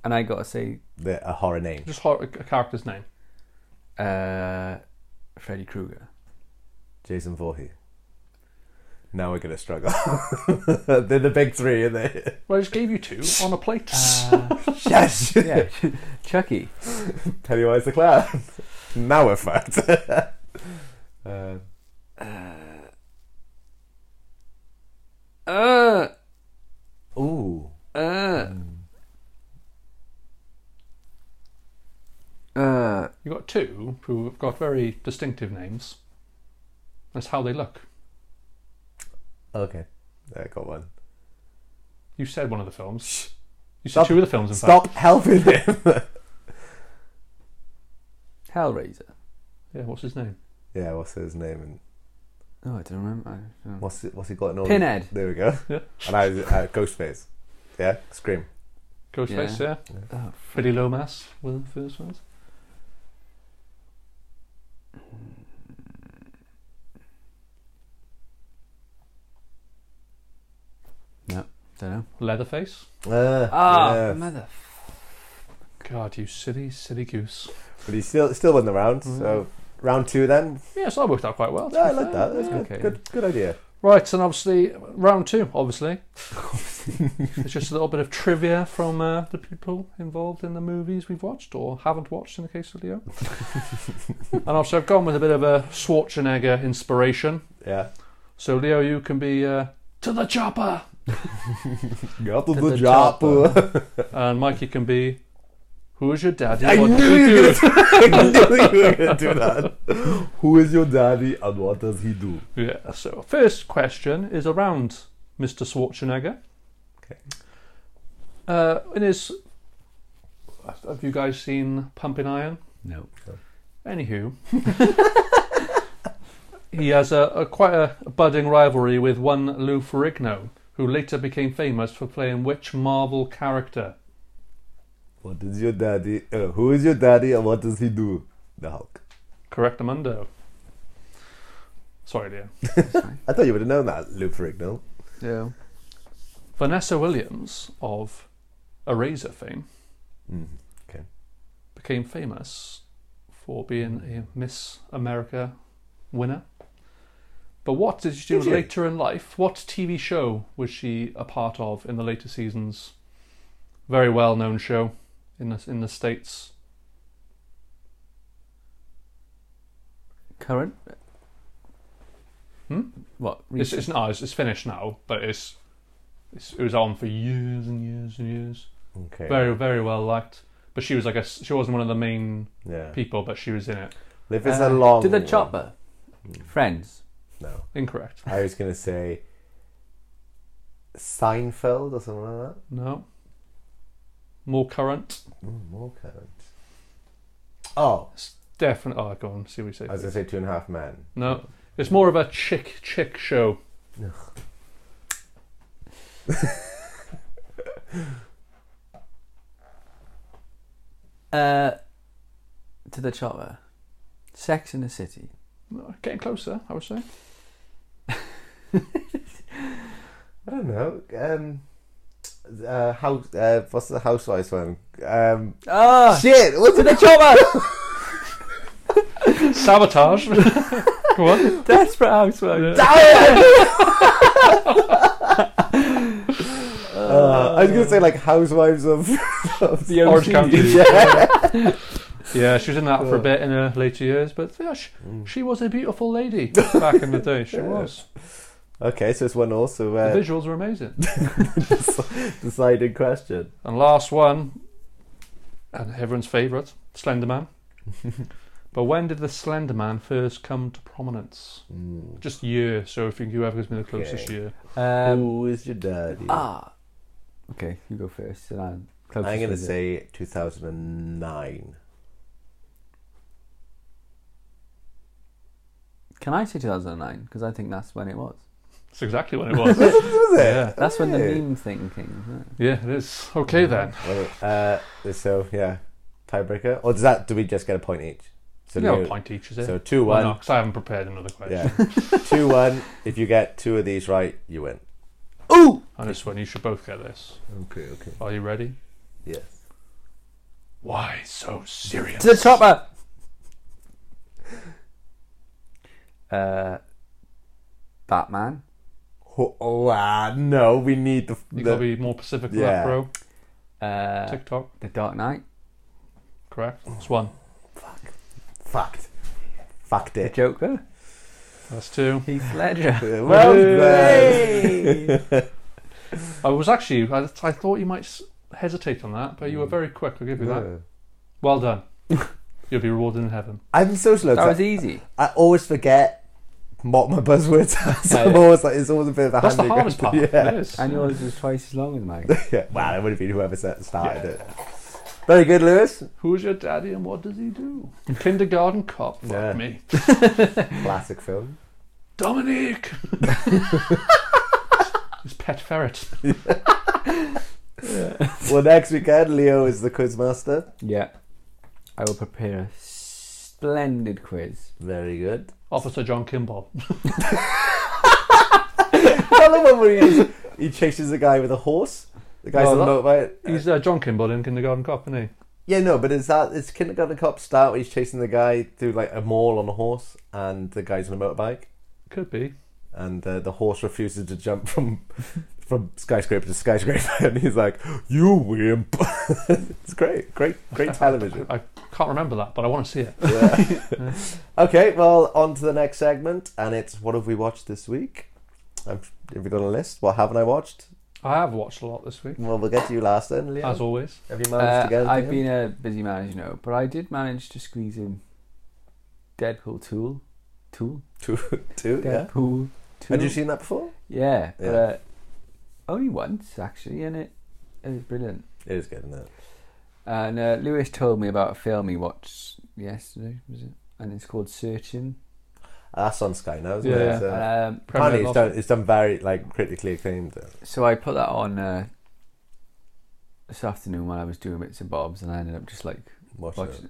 Speaker 4: and I got to say,
Speaker 3: the, a horror name.
Speaker 5: Just horror, a character's name.
Speaker 4: uh, Freddy Krueger.
Speaker 3: Jason Voorhees. Now we're going to struggle. They're the big three, aren't they?
Speaker 5: Well, I just gave you two on a plate.
Speaker 3: Uh. Yes!
Speaker 4: Yeah, Chucky.
Speaker 3: Pennywise the Clown. now we're fucked. uh,
Speaker 5: Um,
Speaker 4: Uh,
Speaker 3: ooh.
Speaker 4: uh. Uh,
Speaker 5: you got two who've got very distinctive names. That's how they look.
Speaker 3: Okay. I got one.
Speaker 5: You said one of the films. You said
Speaker 3: Stop.
Speaker 5: two of the films, in fact.
Speaker 3: Stop helping him.
Speaker 4: Hellraiser.
Speaker 5: Yeah, what's his name?
Speaker 3: yeah, what's his name? And
Speaker 4: Oh, I don't remember. I don't know.
Speaker 3: what's, it, what's he got in all
Speaker 4: Pinhead.
Speaker 3: There we go.
Speaker 5: Yeah.
Speaker 3: And I was uh, Ghostface. Yeah? Scream.
Speaker 5: Ghostface, yeah.
Speaker 4: Yeah. Oh,
Speaker 5: Freddie Lomas was the first ones.
Speaker 4: no, don't know.
Speaker 5: Leatherface.
Speaker 3: Uh,
Speaker 4: Ah,
Speaker 3: yeah.
Speaker 4: mother.
Speaker 5: God, you silly, silly goose.
Speaker 3: But he still still won the round.
Speaker 4: Mm.
Speaker 3: So round two then.
Speaker 5: Yeah, so that worked out quite well. to
Speaker 3: Yeah, I
Speaker 5: be
Speaker 3: like
Speaker 5: fair.
Speaker 3: that. That's good.
Speaker 4: Okay.
Speaker 3: Good, good idea.
Speaker 5: Right, and obviously round two, obviously. it's just a little bit of trivia from uh, the people involved in the movies we've watched or haven't watched in the case of Leo. and obviously, I've gone with a bit of a Schwarzenegger inspiration.
Speaker 3: Yeah.
Speaker 5: So, Leo, you can be uh, to the chopper,
Speaker 3: Got
Speaker 4: the the chopper.
Speaker 5: and Mikey can be. Who's your daddy?
Speaker 3: I
Speaker 5: What
Speaker 3: knew
Speaker 5: does he
Speaker 3: you were
Speaker 5: do?"
Speaker 3: gonna do- I knew you were gonna do that. Who is your daddy and what does he do?
Speaker 5: Yeah. So, first question is around Mr. Schwarzenegger.
Speaker 3: Okay.
Speaker 5: Uh, in his, have you guys seen Pumping Iron?
Speaker 4: No.
Speaker 5: Anywho, he has a, a quite a, budding rivalry with one Lou Ferrigno, who later became famous for playing which Marvel character?
Speaker 3: What is your daddy? Uh, who is your daddy and what does he do? The Hulk.
Speaker 5: Correct, Amundo. Sorry, dear.
Speaker 3: I thought you would have known that, Lou Ferrigno.
Speaker 4: Yeah.
Speaker 5: Vanessa Williams of Eraser fame
Speaker 3: Mm, Okay.
Speaker 5: became famous for being a Miss America winner. But what did she do
Speaker 3: Did she?
Speaker 5: later in life? What TV show was she a part of in the later seasons? Very well known show in the, in the States.
Speaker 4: Current.
Speaker 5: Hmm?
Speaker 4: What?
Speaker 5: It's,
Speaker 4: Recent?
Speaker 5: it's, no, it's, it's finished now, but it's, it's it was on for years and years and years.
Speaker 3: Okay.
Speaker 5: Very, very well liked. But she was like a, s- she wasn't one of the main
Speaker 3: yeah.
Speaker 5: people, but she was in it.
Speaker 3: If it's
Speaker 4: Uh,
Speaker 3: a long.
Speaker 4: To the
Speaker 3: one- Hmm.
Speaker 4: chopper. Friends.
Speaker 3: No.
Speaker 5: Incorrect.
Speaker 3: I was going to say Seinfeld or something like that.
Speaker 5: No. More current.
Speaker 3: Mm, more current. Oh,
Speaker 5: It's definitely. Oh, go on. See what you say.
Speaker 3: I was going to say Two and a Half Men.
Speaker 5: No, it's more of a chick chick show.
Speaker 4: Uh, to the chopper. Sex in the City.
Speaker 5: Getting closer, I would say.
Speaker 3: I don't know. Um, uh, how? Uh, what's the housewives one? Um,
Speaker 4: Ah,
Speaker 3: shit! What's it?
Speaker 4: chopper!
Speaker 5: Sabotage. Go on.
Speaker 4: Desperate Housewives.
Speaker 3: Uh, I was gonna say like housewives of. of
Speaker 4: The
Speaker 5: Orange
Speaker 4: OC.
Speaker 5: County.
Speaker 3: yeah.
Speaker 5: Yeah, she was in that for a bit in her later years, but yeah, she, she was a beautiful lady back in the day. She was.
Speaker 3: Okay, so it's one also
Speaker 5: The
Speaker 3: uh,
Speaker 5: visuals were amazing.
Speaker 3: deciding question.
Speaker 5: And last one, and everyone's favourite, Slender Man. but when did the Slender Man first come to prominence? Just year. So if you whoever gives me the
Speaker 3: Mm.
Speaker 5: closest
Speaker 3: Okay.
Speaker 5: year,
Speaker 4: Um,
Speaker 3: Who is your daddy?
Speaker 4: ah. Okay, you go first. And I'm, closest
Speaker 3: I'm gonna
Speaker 4: with it.
Speaker 3: say 2009.
Speaker 4: Can I say 2009? Because I think that's when it was.
Speaker 5: it's exactly when it was. was it? Yeah,
Speaker 4: That's when the meme thing came. Isn't it?
Speaker 5: yeah, it is. Okay then.
Speaker 3: Well, uh, so yeah, tiebreaker. Or does that? Do we just get a point each? So
Speaker 5: We have
Speaker 3: you-
Speaker 5: a point each, is it?
Speaker 3: So two
Speaker 5: Well,
Speaker 3: one.
Speaker 5: no, 'cause I haven't prepared another question.
Speaker 3: Yeah, two one. If you get two of these right, you win.
Speaker 5: And this one, you should both get this.
Speaker 3: Okay. Okay.
Speaker 5: Are you ready?
Speaker 3: Yes.
Speaker 5: Why so serious?
Speaker 4: To the chopper! Uh, Batman.
Speaker 3: Oh, oh, ah, no, we need the.
Speaker 5: You
Speaker 3: the
Speaker 5: gotta be more specific than
Speaker 3: Yeah.
Speaker 5: that, bro.
Speaker 4: Uh,
Speaker 5: TikTok,
Speaker 4: the Dark Knight.
Speaker 5: correct? That's one.
Speaker 3: fact. Fact
Speaker 4: The
Speaker 3: it.
Speaker 4: Joker.
Speaker 5: That's two.
Speaker 4: Heath Ledger.
Speaker 3: Well done.
Speaker 5: I was actually, I, I thought you might s- hesitate on that, but you were very quick. I'll give you that. Well done. You'll be rewarded in heaven.
Speaker 3: I'm so slow.
Speaker 4: That
Speaker 3: 'cause
Speaker 4: was
Speaker 3: I,
Speaker 4: easy.
Speaker 5: e-
Speaker 3: I always forget what my buzzwords are. So I'm
Speaker 4: Yeah.
Speaker 3: always like, it's always a bit of a
Speaker 5: That's the
Speaker 3: handicap.
Speaker 5: hardest part.
Speaker 3: Yeah.
Speaker 5: It is.
Speaker 4: And yours was twice as long as mine.
Speaker 3: yeah. Well, it would have been whoever set- started it. Very good, Lewis.
Speaker 5: Who's your daddy and what does he do? Kindergarten cop. Fuck
Speaker 3: Yeah.
Speaker 5: me.
Speaker 3: Classic film.
Speaker 5: Dominic! His pet ferret.
Speaker 3: Well, next weekend, Leo is the quiz master.
Speaker 4: yeah. I will prepare a splendid quiz.
Speaker 3: Very good.
Speaker 5: Officer John Kimball.
Speaker 3: I love one where he, he chases a guy with a horse. The guy's
Speaker 5: Oh,
Speaker 3: on the
Speaker 5: that-
Speaker 3: motorbike.
Speaker 5: He's uh, John Kimball in Kindergarten Cop, isn't he?
Speaker 3: Yeah, no, but is that is Kindergarten Cop start where he's chasing the guy through like a mall on a horse, and the guy's on a motorbike,
Speaker 5: Could be.
Speaker 3: and uh, the horse refuses to jump from from skyscraper to skyscraper, and he's like, "You wimp!" it's great, great, great television.
Speaker 5: I can't remember that, but I want to see it.
Speaker 3: Okay, well, on to the next segment, and it's what have we watched this week? I'm, have we got a list? What haven't I watched?
Speaker 5: I have watched a lot this week,
Speaker 3: Well, we'll get to you last then, Leo.
Speaker 5: as always.
Speaker 3: Have you managed to
Speaker 4: Uh,
Speaker 3: get?
Speaker 4: I've
Speaker 3: anything?
Speaker 4: been a busy man, as you know, but I did manage to squeeze in Deadpool Tool. Tool?
Speaker 3: two, two, yeah.
Speaker 4: Deadpool Tool.
Speaker 3: Had you seen that before?
Speaker 4: Yeah, but
Speaker 3: Yeah.
Speaker 4: Uh, only once actually, and it it was brilliant.
Speaker 3: It is good, isn't it?
Speaker 4: And uh, Lewis told me about a film he watched yesterday, was it? And it's called Searching.
Speaker 3: That's on Sky now, isn't
Speaker 5: Yeah.
Speaker 3: it? So-
Speaker 4: Um,
Speaker 3: Apparently,
Speaker 5: Premier
Speaker 3: it's done, it's done very like critically acclaimed. uh,
Speaker 4: so I put that on uh, this afternoon while I was doing bits and bobs, and I ended up just like
Speaker 3: Watch
Speaker 4: watching
Speaker 3: it.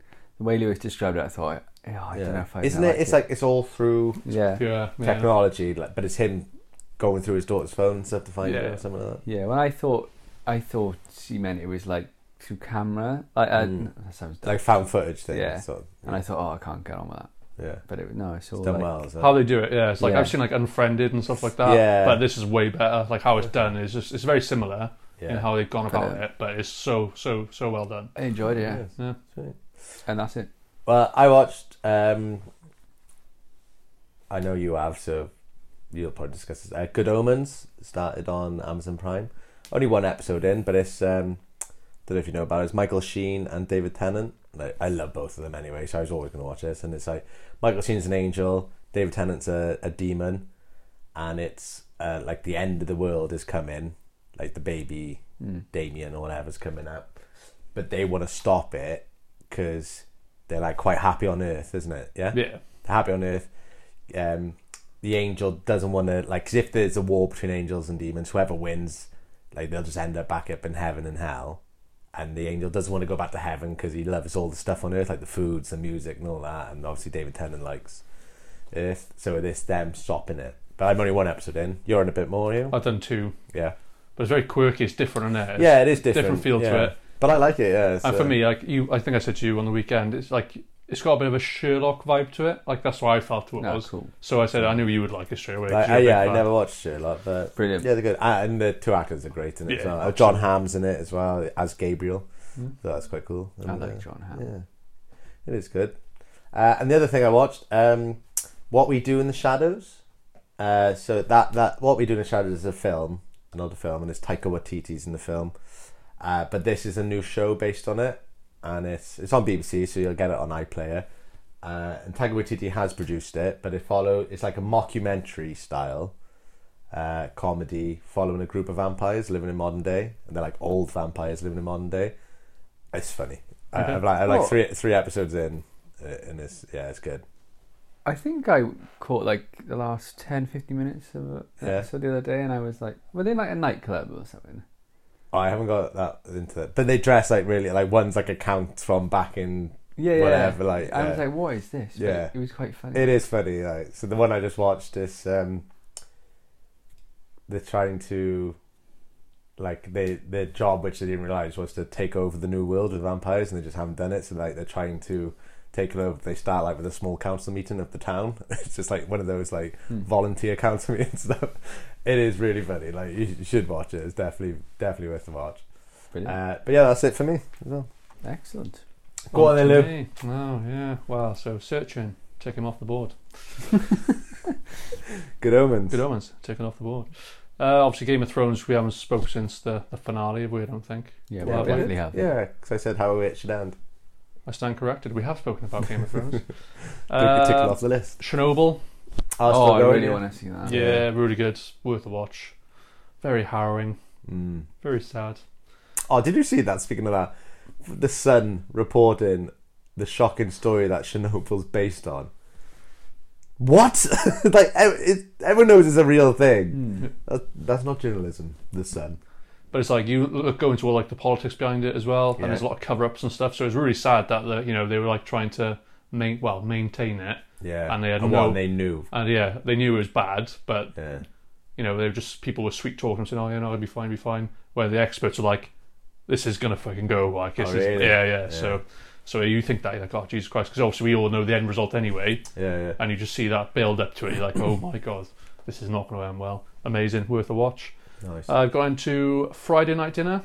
Speaker 4: it. The way Lewis described it, I thought, oh, I don't know if I
Speaker 3: Isn't
Speaker 4: know
Speaker 3: it? It's like it's all through
Speaker 4: yeah. yeah.
Speaker 5: Yeah. uh, yeah.
Speaker 3: technology, like, but it's him going through his daughter's phone and stuff to find it
Speaker 5: Yeah.
Speaker 3: or something like that.
Speaker 4: When I thought, I thought she meant it was like through camera. Like uh, that sounds dumb.
Speaker 3: Mm. Like found footage thing.
Speaker 4: yeah.
Speaker 3: Sort of.
Speaker 4: And I thought, oh, I can't get on with that.
Speaker 3: Yeah.
Speaker 4: But it, no, it's all
Speaker 3: Done
Speaker 4: like,
Speaker 3: well. So.
Speaker 5: How they do it, yeah. It's like
Speaker 4: Yeah.
Speaker 5: I've seen like Unfriended and stuff like that.
Speaker 3: Yeah.
Speaker 5: But this is way better. Like how it's done is just it's very similar
Speaker 3: Yeah.
Speaker 5: in how they've gone about
Speaker 4: Yeah.
Speaker 5: it, but it's so so so well done.
Speaker 4: I enjoyed it, yeah.
Speaker 5: Yeah.
Speaker 4: And that's it.
Speaker 3: Well, I watched. Um, I know you have, so you'll probably discuss this. Uh, Good Omens started on Amazon Prime. Only one episode in, but it's. Um, don't know if you know about it. It's Michael Sheen and David Tennant. Like, I love both of them anyway, so I was always going to watch this. And it's like Michael Sheen's an angel, David Tennant's a, a demon, and it's uh, like the end of the world is coming, like the baby Damien or whatever's coming up. But they want to stop it because they're like quite happy on Earth, isn't it? Yeah,
Speaker 5: Yeah.
Speaker 3: They're happy on Earth. Um, the angel doesn't want to like 'cause if there's a war between angels and demons, whoever wins, like they'll just end up back up in heaven and hell and the angel doesn't want to go back to heaven because he loves all the stuff on earth, like the foods, the music, and all that. And obviously, David Tennant likes Earth, so this them stopping it. But I'm only one episode in. You're on a bit more, are you?
Speaker 5: I've done two,
Speaker 3: yeah,
Speaker 5: but it's very quirky. It's different on there. It's
Speaker 3: yeah, it is different.
Speaker 5: Different feel
Speaker 3: yeah.
Speaker 5: to it.
Speaker 3: but I like it. Yeah,
Speaker 5: And
Speaker 3: so-
Speaker 5: for me, like you, I think I said to you on the weekend, it's like it's got a bit of a Sherlock vibe to it. Like that's why I felt what it
Speaker 4: Ah,
Speaker 5: was.
Speaker 4: cool.
Speaker 5: So I said I knew you would like it straight away. 'cause
Speaker 3: I, I,
Speaker 5: you're a
Speaker 3: oh, yeah,
Speaker 5: big
Speaker 3: I
Speaker 5: fan.
Speaker 3: never watched Sherlock, but
Speaker 4: Brilliant.
Speaker 3: Yeah, they're good, Ah, and the two actors are great in it. as
Speaker 5: Yeah. Hmm.
Speaker 3: well. Uh, John Hamm's in it as well as Gabriel, so that's quite cool.
Speaker 4: I
Speaker 3: And, uh,
Speaker 4: like John Hamm.
Speaker 3: Yeah, it is good. Uh, and the other thing I watched, um, What We Do in the Shadows. Uh, so that that What We Do in the Shadows is a film, an older film, and it's Taika Waititi's in the film. Uh, but this is a new show based on it, and it's it's on BBC, so you'll get it on iPlayer. Uh, and Taika Waititi has produced it, but it follow it's like a mockumentary style uh, comedy following a group of vampires living in modern day, and they're like old vampires living in modern day. It's funny. I, I'm like, I'm like three three episodes in, uh, and it's yeah, it's good.
Speaker 4: I think I caught like the last 10, 15 minutes of an
Speaker 3: Yeah.
Speaker 4: episode the other day, and I was like, were they like a nightclub or something?
Speaker 3: Oh, I haven't got that into it, but they dress like really like one's like a count from back in
Speaker 4: Yeah, yeah.
Speaker 3: whatever. Like
Speaker 4: I was
Speaker 3: yeah.
Speaker 4: like, what is this? But
Speaker 3: Yeah.
Speaker 4: it was quite funny.
Speaker 3: It is funny. Like, so the one I just watched is um, they're trying to like they their job, which they didn't realize, was to take over the new world with vampires, and they just haven't done it. So like they're trying to take it over. They start like with a small council meeting of the town. It's just like one of those like
Speaker 4: Hmm.
Speaker 3: volunteer council meetings. Stuff. It is really funny. Like you you should watch it. It's definitely definitely worth the watch.
Speaker 4: Brilliant.
Speaker 3: Uh, but yeah, that's it for me. as well.
Speaker 4: Excellent.
Speaker 3: Go on then,
Speaker 5: to
Speaker 3: Lou.
Speaker 5: me. Oh yeah. Wow. So searching, take him off the board.
Speaker 3: Good omens.
Speaker 5: Good omens, taken off the board. Uh, obviously, Game of Thrones. We haven't spoke since the, the finale. Have we? I don't think.
Speaker 4: Yeah,
Speaker 5: Well,
Speaker 4: well,
Speaker 5: I-
Speaker 4: definitely have.
Speaker 3: Yeah, because I said how it should end.
Speaker 5: I stand corrected. We have spoken about Game of Thrones.
Speaker 3: it tickled
Speaker 5: Uh,
Speaker 3: off the list.
Speaker 5: Chernobyl.
Speaker 3: I'll
Speaker 4: Oh,
Speaker 3: still
Speaker 4: I
Speaker 3: go,
Speaker 4: really
Speaker 3: yeah.
Speaker 4: want to see that.
Speaker 5: Yeah, really good. Worth a watch. Very harrowing.
Speaker 3: Mm.
Speaker 5: Very sad.
Speaker 3: Oh, did you see that? Speaking of that, the Sun reporting the shocking story that Chernobyl's based on. What? like ev- it, everyone knows it's a real
Speaker 5: Hmm.
Speaker 3: thing. That, that's not journalism. The Sun.
Speaker 5: But it's like you look go into all like the politics behind it as well,
Speaker 3: Yeah.
Speaker 5: and there's a lot of cover ups and stuff. So it's really sad that the, you know they were like trying to main well maintain it,
Speaker 3: Yeah,
Speaker 5: And they had
Speaker 3: what
Speaker 5: no-
Speaker 3: they knew.
Speaker 5: and yeah, they knew it was bad, but
Speaker 3: Yeah,
Speaker 5: you know, they were just people were sweet talking and saying, "Oh yeah, no, it'll be fine, it'll be fine." Where the experts are like, "This is gonna fucking go." Like, this
Speaker 3: Oh,
Speaker 5: is,
Speaker 3: really?
Speaker 5: yeah, yeah, So, so you think that you're like, "Oh Jesus Christ," because obviously we all know the end result anyway,
Speaker 3: yeah, yeah.
Speaker 5: and you just see that build up to it. You're like, "Oh my god, this is not gonna end well." Amazing, worth a watch. Uh,
Speaker 3: Nice.
Speaker 5: I've gone into Friday night dinner,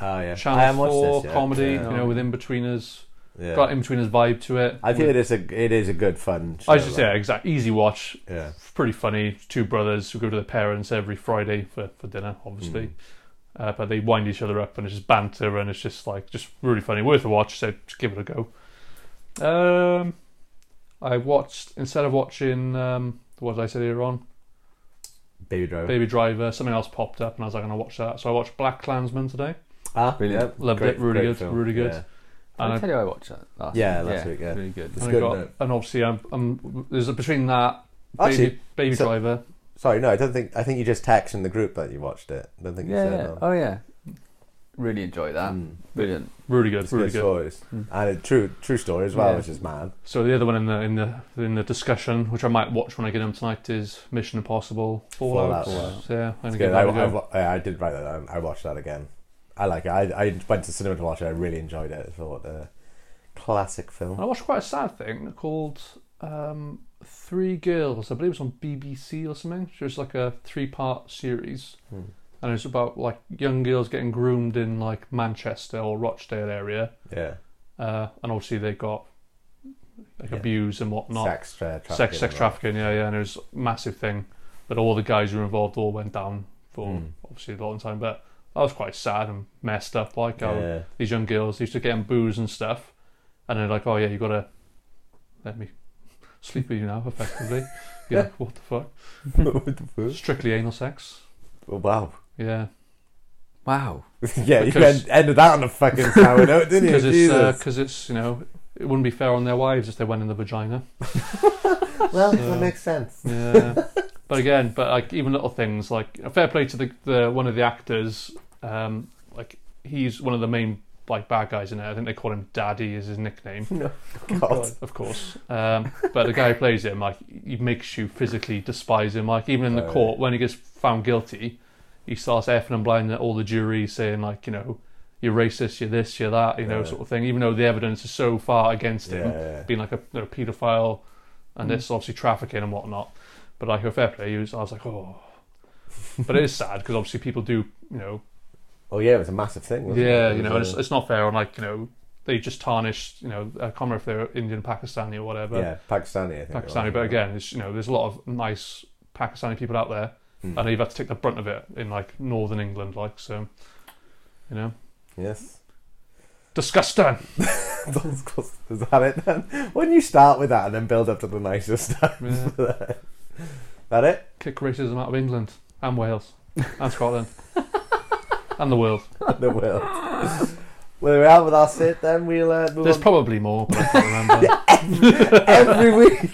Speaker 3: oh yeah. I
Speaker 5: Channel
Speaker 3: haven't watched
Speaker 5: Four
Speaker 3: this yet.
Speaker 5: comedy.
Speaker 3: Yeah.
Speaker 5: You know, with in betweeners,
Speaker 3: Yeah.
Speaker 5: got in betweeners vibe to it.
Speaker 3: I've heard it's a it is a good fun. Show,
Speaker 5: I was just yeah,
Speaker 3: like,
Speaker 5: exact easy watch.
Speaker 3: Yeah.
Speaker 5: pretty funny. Two brothers who go to their parents every Friday for, for dinner, obviously.
Speaker 3: Hmm.
Speaker 5: Uh, but they wind each other up, and it's just banter, and it's just like just really funny, worth a watch. So just give it a go. Um, I watched instead of watching um, what did I say earlier on,
Speaker 3: Baby Driver.
Speaker 5: Baby Driver. Something else popped up, and I was like, I'm gonna watch that. So I watched Black Klansman today.
Speaker 3: Ah,
Speaker 4: Brilliant.
Speaker 3: yeah,
Speaker 5: Loved it. Really good.
Speaker 3: film.
Speaker 5: Really good.
Speaker 3: Yeah.
Speaker 4: Did
Speaker 5: And
Speaker 4: I
Speaker 5: I-
Speaker 4: tell you I watched that last
Speaker 3: Yeah, last week, yeah.
Speaker 4: Really good.
Speaker 3: It's
Speaker 5: and, I
Speaker 3: good.
Speaker 5: got-
Speaker 3: isn't it?
Speaker 5: and obviously, I'm, I'm there's a, between that
Speaker 3: Actually,
Speaker 5: Baby, baby
Speaker 3: so-
Speaker 5: Driver.
Speaker 3: Sorry, no, I don't think. I think you just text in the group that you watched it. I Mm. don't think
Speaker 4: Yeah,
Speaker 3: you said.
Speaker 4: yeah.
Speaker 3: no.
Speaker 4: Oh, yeah. Really enjoyed that. Brilliant.
Speaker 5: Really good. Really
Speaker 3: Good
Speaker 5: good. Hmm.
Speaker 3: stories and a true true story as well,
Speaker 4: Yeah.
Speaker 3: which is mad.
Speaker 5: So the other one in the in the in the discussion, which I might watch when I get home tonight, is Mission Impossible Fallout.
Speaker 3: Fallout.
Speaker 5: So, yeah, I'm
Speaker 3: Good.
Speaker 5: gonna give
Speaker 3: I,
Speaker 5: that a
Speaker 3: I,
Speaker 5: go.
Speaker 3: wa- I, I did write that down. I watched that again. I like it. I, I went to cinema to watch it. I really enjoyed it. I thought uh, classic
Speaker 5: And I
Speaker 3: film.
Speaker 5: watched quite a sad thing called um, Three Girls. I believe it's on BBC or something. It was like a three-part series,
Speaker 3: Hmm.
Speaker 5: and it's about like young girls getting groomed in like Manchester or Rochdale area,
Speaker 3: Yeah.
Speaker 5: uh, and obviously they got like abused and whatnot.
Speaker 3: Sex tra- trafficking.
Speaker 5: sex sex
Speaker 3: and all that.
Speaker 5: trafficking yeah yeah and it was a massive thing but all the guys who were involved all went down for
Speaker 3: Hmm.
Speaker 5: obviously a long time but that was quite sad and messed up like how
Speaker 3: Yeah.
Speaker 5: these young girls used to get on booze and stuff and they're like oh yeah you gotta let me sleep with you now effectively you're like what the fuck
Speaker 3: What the fuck?
Speaker 5: strictly anal sex
Speaker 3: Oh, wow.
Speaker 5: yeah
Speaker 4: Wow.
Speaker 3: yeah, you
Speaker 5: Because-
Speaker 3: end, ended that on a fucking sour note, didn't you?
Speaker 5: because it's uh,
Speaker 3: Jesus.
Speaker 5: 'cause it's you know it wouldn't be fair on their wives if they went in the vagina
Speaker 3: well,
Speaker 5: uh,
Speaker 3: that makes sense.
Speaker 5: Yeah. but again, but like even little things like fair play to the, the one of the actors, um, like he's one of the main like bad guys in it. I think they call him Daddy is his nickname.
Speaker 3: No, God.
Speaker 5: Of course. Um, but the guy who plays him, like, he makes you physically despise him. Like, even
Speaker 3: Oh,
Speaker 5: in the court, when he gets found guilty, he starts effing and blinding at all the jury, saying, like, you know, you're racist, you're this, you're that, you know, sort of thing. Even though the evidence is so far against him,
Speaker 3: Yeah. Mm.
Speaker 5: being like a you know, paedophile and this, obviously trafficking and whatnot. But like, a fair play, he was, I was like, oh. But it is sad because obviously people do, you know,
Speaker 3: Oh yeah, it was a massive thing. Wasn't
Speaker 5: yeah,
Speaker 3: it? It
Speaker 5: you
Speaker 3: was,
Speaker 5: know,
Speaker 3: uh,
Speaker 5: and it's, it's not fair on like you know they just tarnished you know I can't remember if they're Indian, Pakistani or whatever
Speaker 3: yeah, Pakistani. I think it was.
Speaker 5: Pakistani, but again, it's, you know there's a lot of nice Pakistani people out there, and they've had to take the brunt of it in like northern England, like so, you know,
Speaker 3: yes.
Speaker 5: disgusting.
Speaker 3: Those cus- Is that it then? Why don't you start with that and then build up to the nicest stuff? that it?
Speaker 5: Kick racism out of England and Wales and Scotland and the world.
Speaker 3: The world. well, we're out with our sit then. We'll uh, move
Speaker 5: There's
Speaker 3: on
Speaker 5: probably more, but I can't remember.
Speaker 3: every week.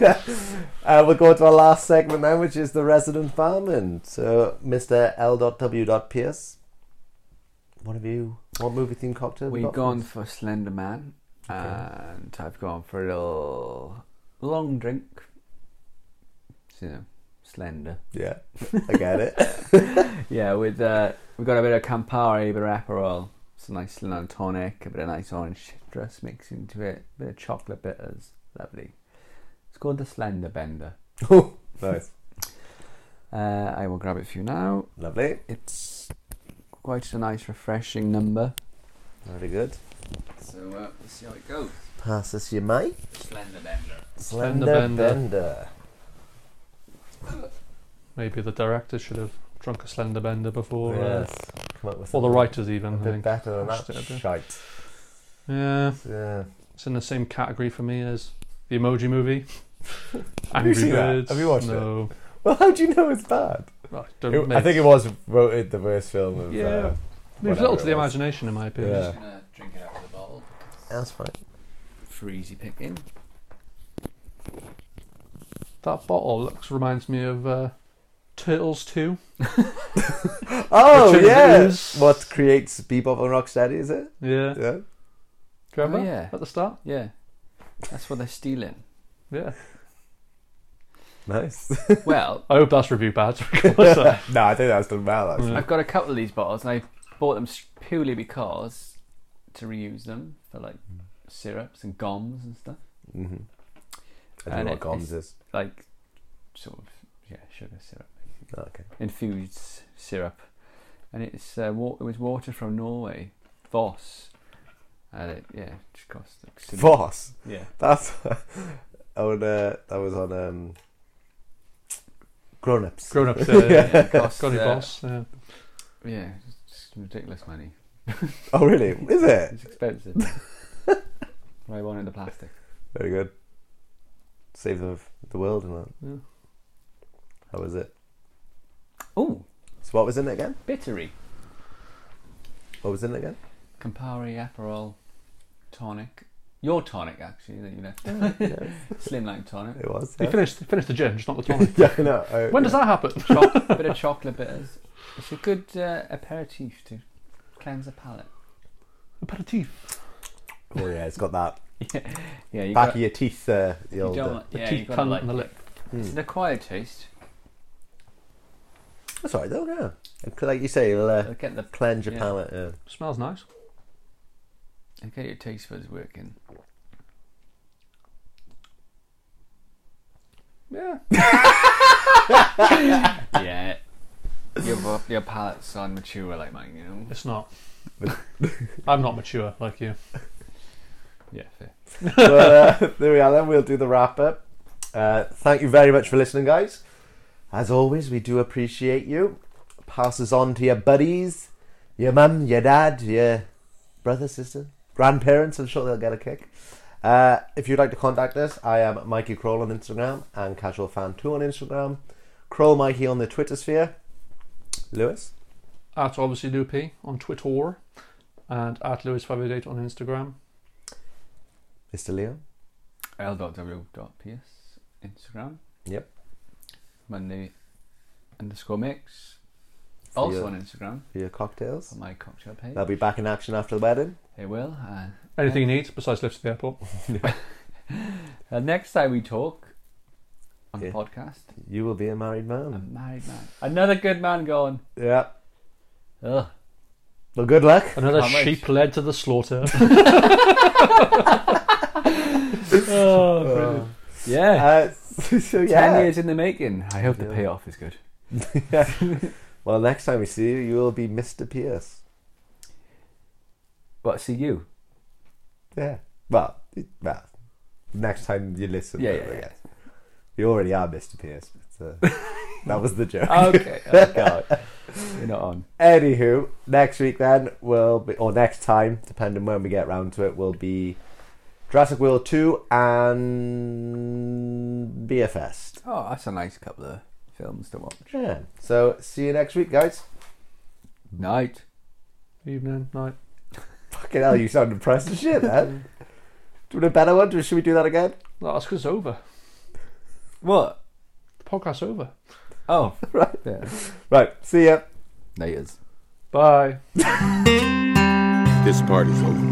Speaker 3: uh, we'll go to our last segment now, which is the resident farming. So, Mr. L.W. Pierce, what have you? What movie theme cocktail? have you got
Speaker 4: We've
Speaker 3: for
Speaker 4: gone
Speaker 3: us?
Speaker 4: for Slender Man, and I've gone for a little long drink. So, you know, slender.
Speaker 3: Yeah, I get it.
Speaker 4: Yeah, with uh, we've got a bit of Campari, a bit of Aperol, some nice Slim tonic, a bit of nice orange citrus mixed into it, a bit of chocolate bitters. Lovely. It's called the Slender Bender.
Speaker 3: oh, nice,
Speaker 4: Uh, I will grab it for you now.
Speaker 3: lovely,
Speaker 4: It's quite a nice, refreshing number.
Speaker 3: very good.
Speaker 4: So uh, let's see how it goes.
Speaker 3: Pass this your mate.
Speaker 4: Slender Bender.
Speaker 3: Slender
Speaker 5: Bender.
Speaker 3: Bender.
Speaker 5: Maybe the director should have drunk a slender bender before, uh,
Speaker 3: yes. Come up with
Speaker 5: or the
Speaker 3: something Oh,
Speaker 5: writers
Speaker 3: A
Speaker 5: even. I
Speaker 3: bit
Speaker 5: think.
Speaker 3: better than
Speaker 5: Just a
Speaker 3: that
Speaker 5: bit.
Speaker 3: shite.
Speaker 5: Yeah.
Speaker 3: Yeah.
Speaker 5: It's in the same category for me as the Emoji Movie.
Speaker 3: Have you seen that? Have you watched
Speaker 5: no. it?
Speaker 3: Well, how do you know it's bad?
Speaker 5: I, don't,
Speaker 3: I think it was voted the worst film of.
Speaker 5: Yeah.
Speaker 3: Uh,
Speaker 5: leaves
Speaker 3: whatever
Speaker 5: little to
Speaker 3: it
Speaker 5: the
Speaker 3: was.
Speaker 5: imagination, in my opinion.
Speaker 3: Yeah.
Speaker 4: gonna Uh, drink it out of the bottle
Speaker 3: That's fine.
Speaker 4: for easy picking.
Speaker 5: That bottle looks reminds me of uh, Turtles Two.
Speaker 3: Oh
Speaker 5: Which is-
Speaker 3: yeah,
Speaker 5: is-
Speaker 3: what creates Bebop and Rocksteady is it?
Speaker 5: Yeah,
Speaker 3: Yeah.
Speaker 5: Do you remember?
Speaker 4: Oh, yeah.
Speaker 5: At the start.
Speaker 4: Yeah, that's what they're stealing.
Speaker 5: Yeah.
Speaker 3: Nice.
Speaker 4: well,
Speaker 5: I hope that's review bad. because, uh,
Speaker 3: no, I think that's done well. Actually.
Speaker 4: I've got a couple of these bottles, and I bought them s- purely because to reuse them for like
Speaker 3: Mm.
Speaker 4: syrups and goms and stuff,
Speaker 3: I don't
Speaker 4: And
Speaker 3: know
Speaker 4: it-
Speaker 3: what Goms is.
Speaker 4: like sort of yeah sugar syrup,
Speaker 3: Oh, okay.
Speaker 4: infused s- syrup, and it's uh, wa- it was water from Norway, Voss, and it yeah just cost like silly-
Speaker 3: Voss.
Speaker 4: yeah
Speaker 3: That's on. Uh, that was on. Um, Grown ups.
Speaker 5: Grown ups. Uh, yeah.
Speaker 4: cost,
Speaker 5: Got it,
Speaker 4: uh,
Speaker 5: boss. Yeah.
Speaker 4: yeah it's just ridiculous money
Speaker 3: oh really? Is it?
Speaker 4: it's expensive. but I wanted the plastic.
Speaker 3: Very good. Save the the world and that. How was it?
Speaker 4: Oh,
Speaker 3: So what was in it again?
Speaker 4: bittery.
Speaker 3: What was in it again?
Speaker 4: Campari, Aperol, tonic. Your tonic, actually, that you left. Slim Lime tonic.
Speaker 3: It was.
Speaker 5: He
Speaker 3: yeah.
Speaker 5: finished. He finished the gin, just not the tonic.
Speaker 3: yeah, I know. I-
Speaker 5: When does that happen?
Speaker 4: Choc- bit of chocolate bitters. It's a good uh, aperitif to cleanse the palate.
Speaker 5: Aperitif.
Speaker 3: Oh yeah, it's got that
Speaker 4: Yeah, you
Speaker 3: back
Speaker 4: got,
Speaker 3: of your teeth. Uh, the
Speaker 4: you
Speaker 3: old.
Speaker 4: don't
Speaker 3: uh,
Speaker 4: want,
Speaker 5: The
Speaker 4: yeah, you
Speaker 5: teeth,
Speaker 4: got to
Speaker 5: tongue,
Speaker 4: like,
Speaker 5: and the lip.
Speaker 4: it's an acquired taste.
Speaker 3: That's all right though, yeah. And c- Like you say, it'll uh,
Speaker 4: It'll get the
Speaker 3: cleanse your
Speaker 4: yeah.
Speaker 3: palate. Yeah.
Speaker 5: Smells nice.
Speaker 4: it'll Get your taste buds working.
Speaker 5: Yeah.
Speaker 4: Yeah. Your, your palate's on mature like mine, you know?
Speaker 5: It's not. I'm not mature like you.
Speaker 4: Yeah, fair.
Speaker 3: but, uh, there we are then. We'll do the wrap up. Uh, thank you very much for listening, guys. As always, we do appreciate you. Pass us on to your buddies, your mum, your dad, your brother, sister, grandparents. I'm sure they'll get a kick. Uh, if you'd like to contact us, I am Mikey Kroll on Instagram and Casual Fan Two on Instagram. Kroll Mikey on the Twitter sphere. Lewis.
Speaker 5: At obviously Loopy on Twitter, and at Lewis508 on Instagram.
Speaker 3: Mr. Leo.
Speaker 4: L.W.Pierce, Instagram.
Speaker 3: Yep.
Speaker 4: Monday underscore mix.
Speaker 3: for
Speaker 4: Also
Speaker 3: your,
Speaker 4: on Instagram,
Speaker 3: for your cocktails.
Speaker 4: on my cocktail page.
Speaker 3: They'll be back in action after the wedding.
Speaker 4: It will. Uh,
Speaker 5: Anything you need besides lifts at the airport?
Speaker 4: uh, next time we talk on
Speaker 3: Yeah.
Speaker 4: the podcast,
Speaker 3: You will be a married man.
Speaker 4: a married man. Another good man going,
Speaker 3: yeah.
Speaker 4: ugh.
Speaker 3: Well, good luck.
Speaker 5: Another
Speaker 4: Can't wait.
Speaker 5: sheep led to the slaughter.
Speaker 3: Uh,
Speaker 4: Yeah.
Speaker 3: so, yeah.
Speaker 4: 10 years in the making. I hope the payoff is good.
Speaker 3: Well, next time we see you, you will be Mr. Pierce.
Speaker 4: But see you.
Speaker 3: Yeah. Well, it- well next time you listen.
Speaker 4: Yeah,
Speaker 3: I
Speaker 4: yeah,
Speaker 3: guess. You already are Mr. Pierce. But, uh, that was the joke.
Speaker 4: yeah. Okay. Oh, God. You're not on.
Speaker 3: Anywho, next week then will be, or next time, depending when we get round to it, will be Jurassic World 2 and BFS.
Speaker 4: Oh, that's a nice couple of films to watch.
Speaker 3: Yeah. So, see you next week, guys.
Speaker 4: Night.
Speaker 5: Evening, night.
Speaker 3: Fucking hell, you sound depressed as shit, man. Do you want a better one? Should we do that again?
Speaker 5: No, that's 'cause it's over.
Speaker 4: What?
Speaker 5: The podcast's over.
Speaker 4: Oh, right. Yeah.
Speaker 3: Right, see ya.
Speaker 4: Laters.
Speaker 5: Bye.
Speaker 6: This party's over.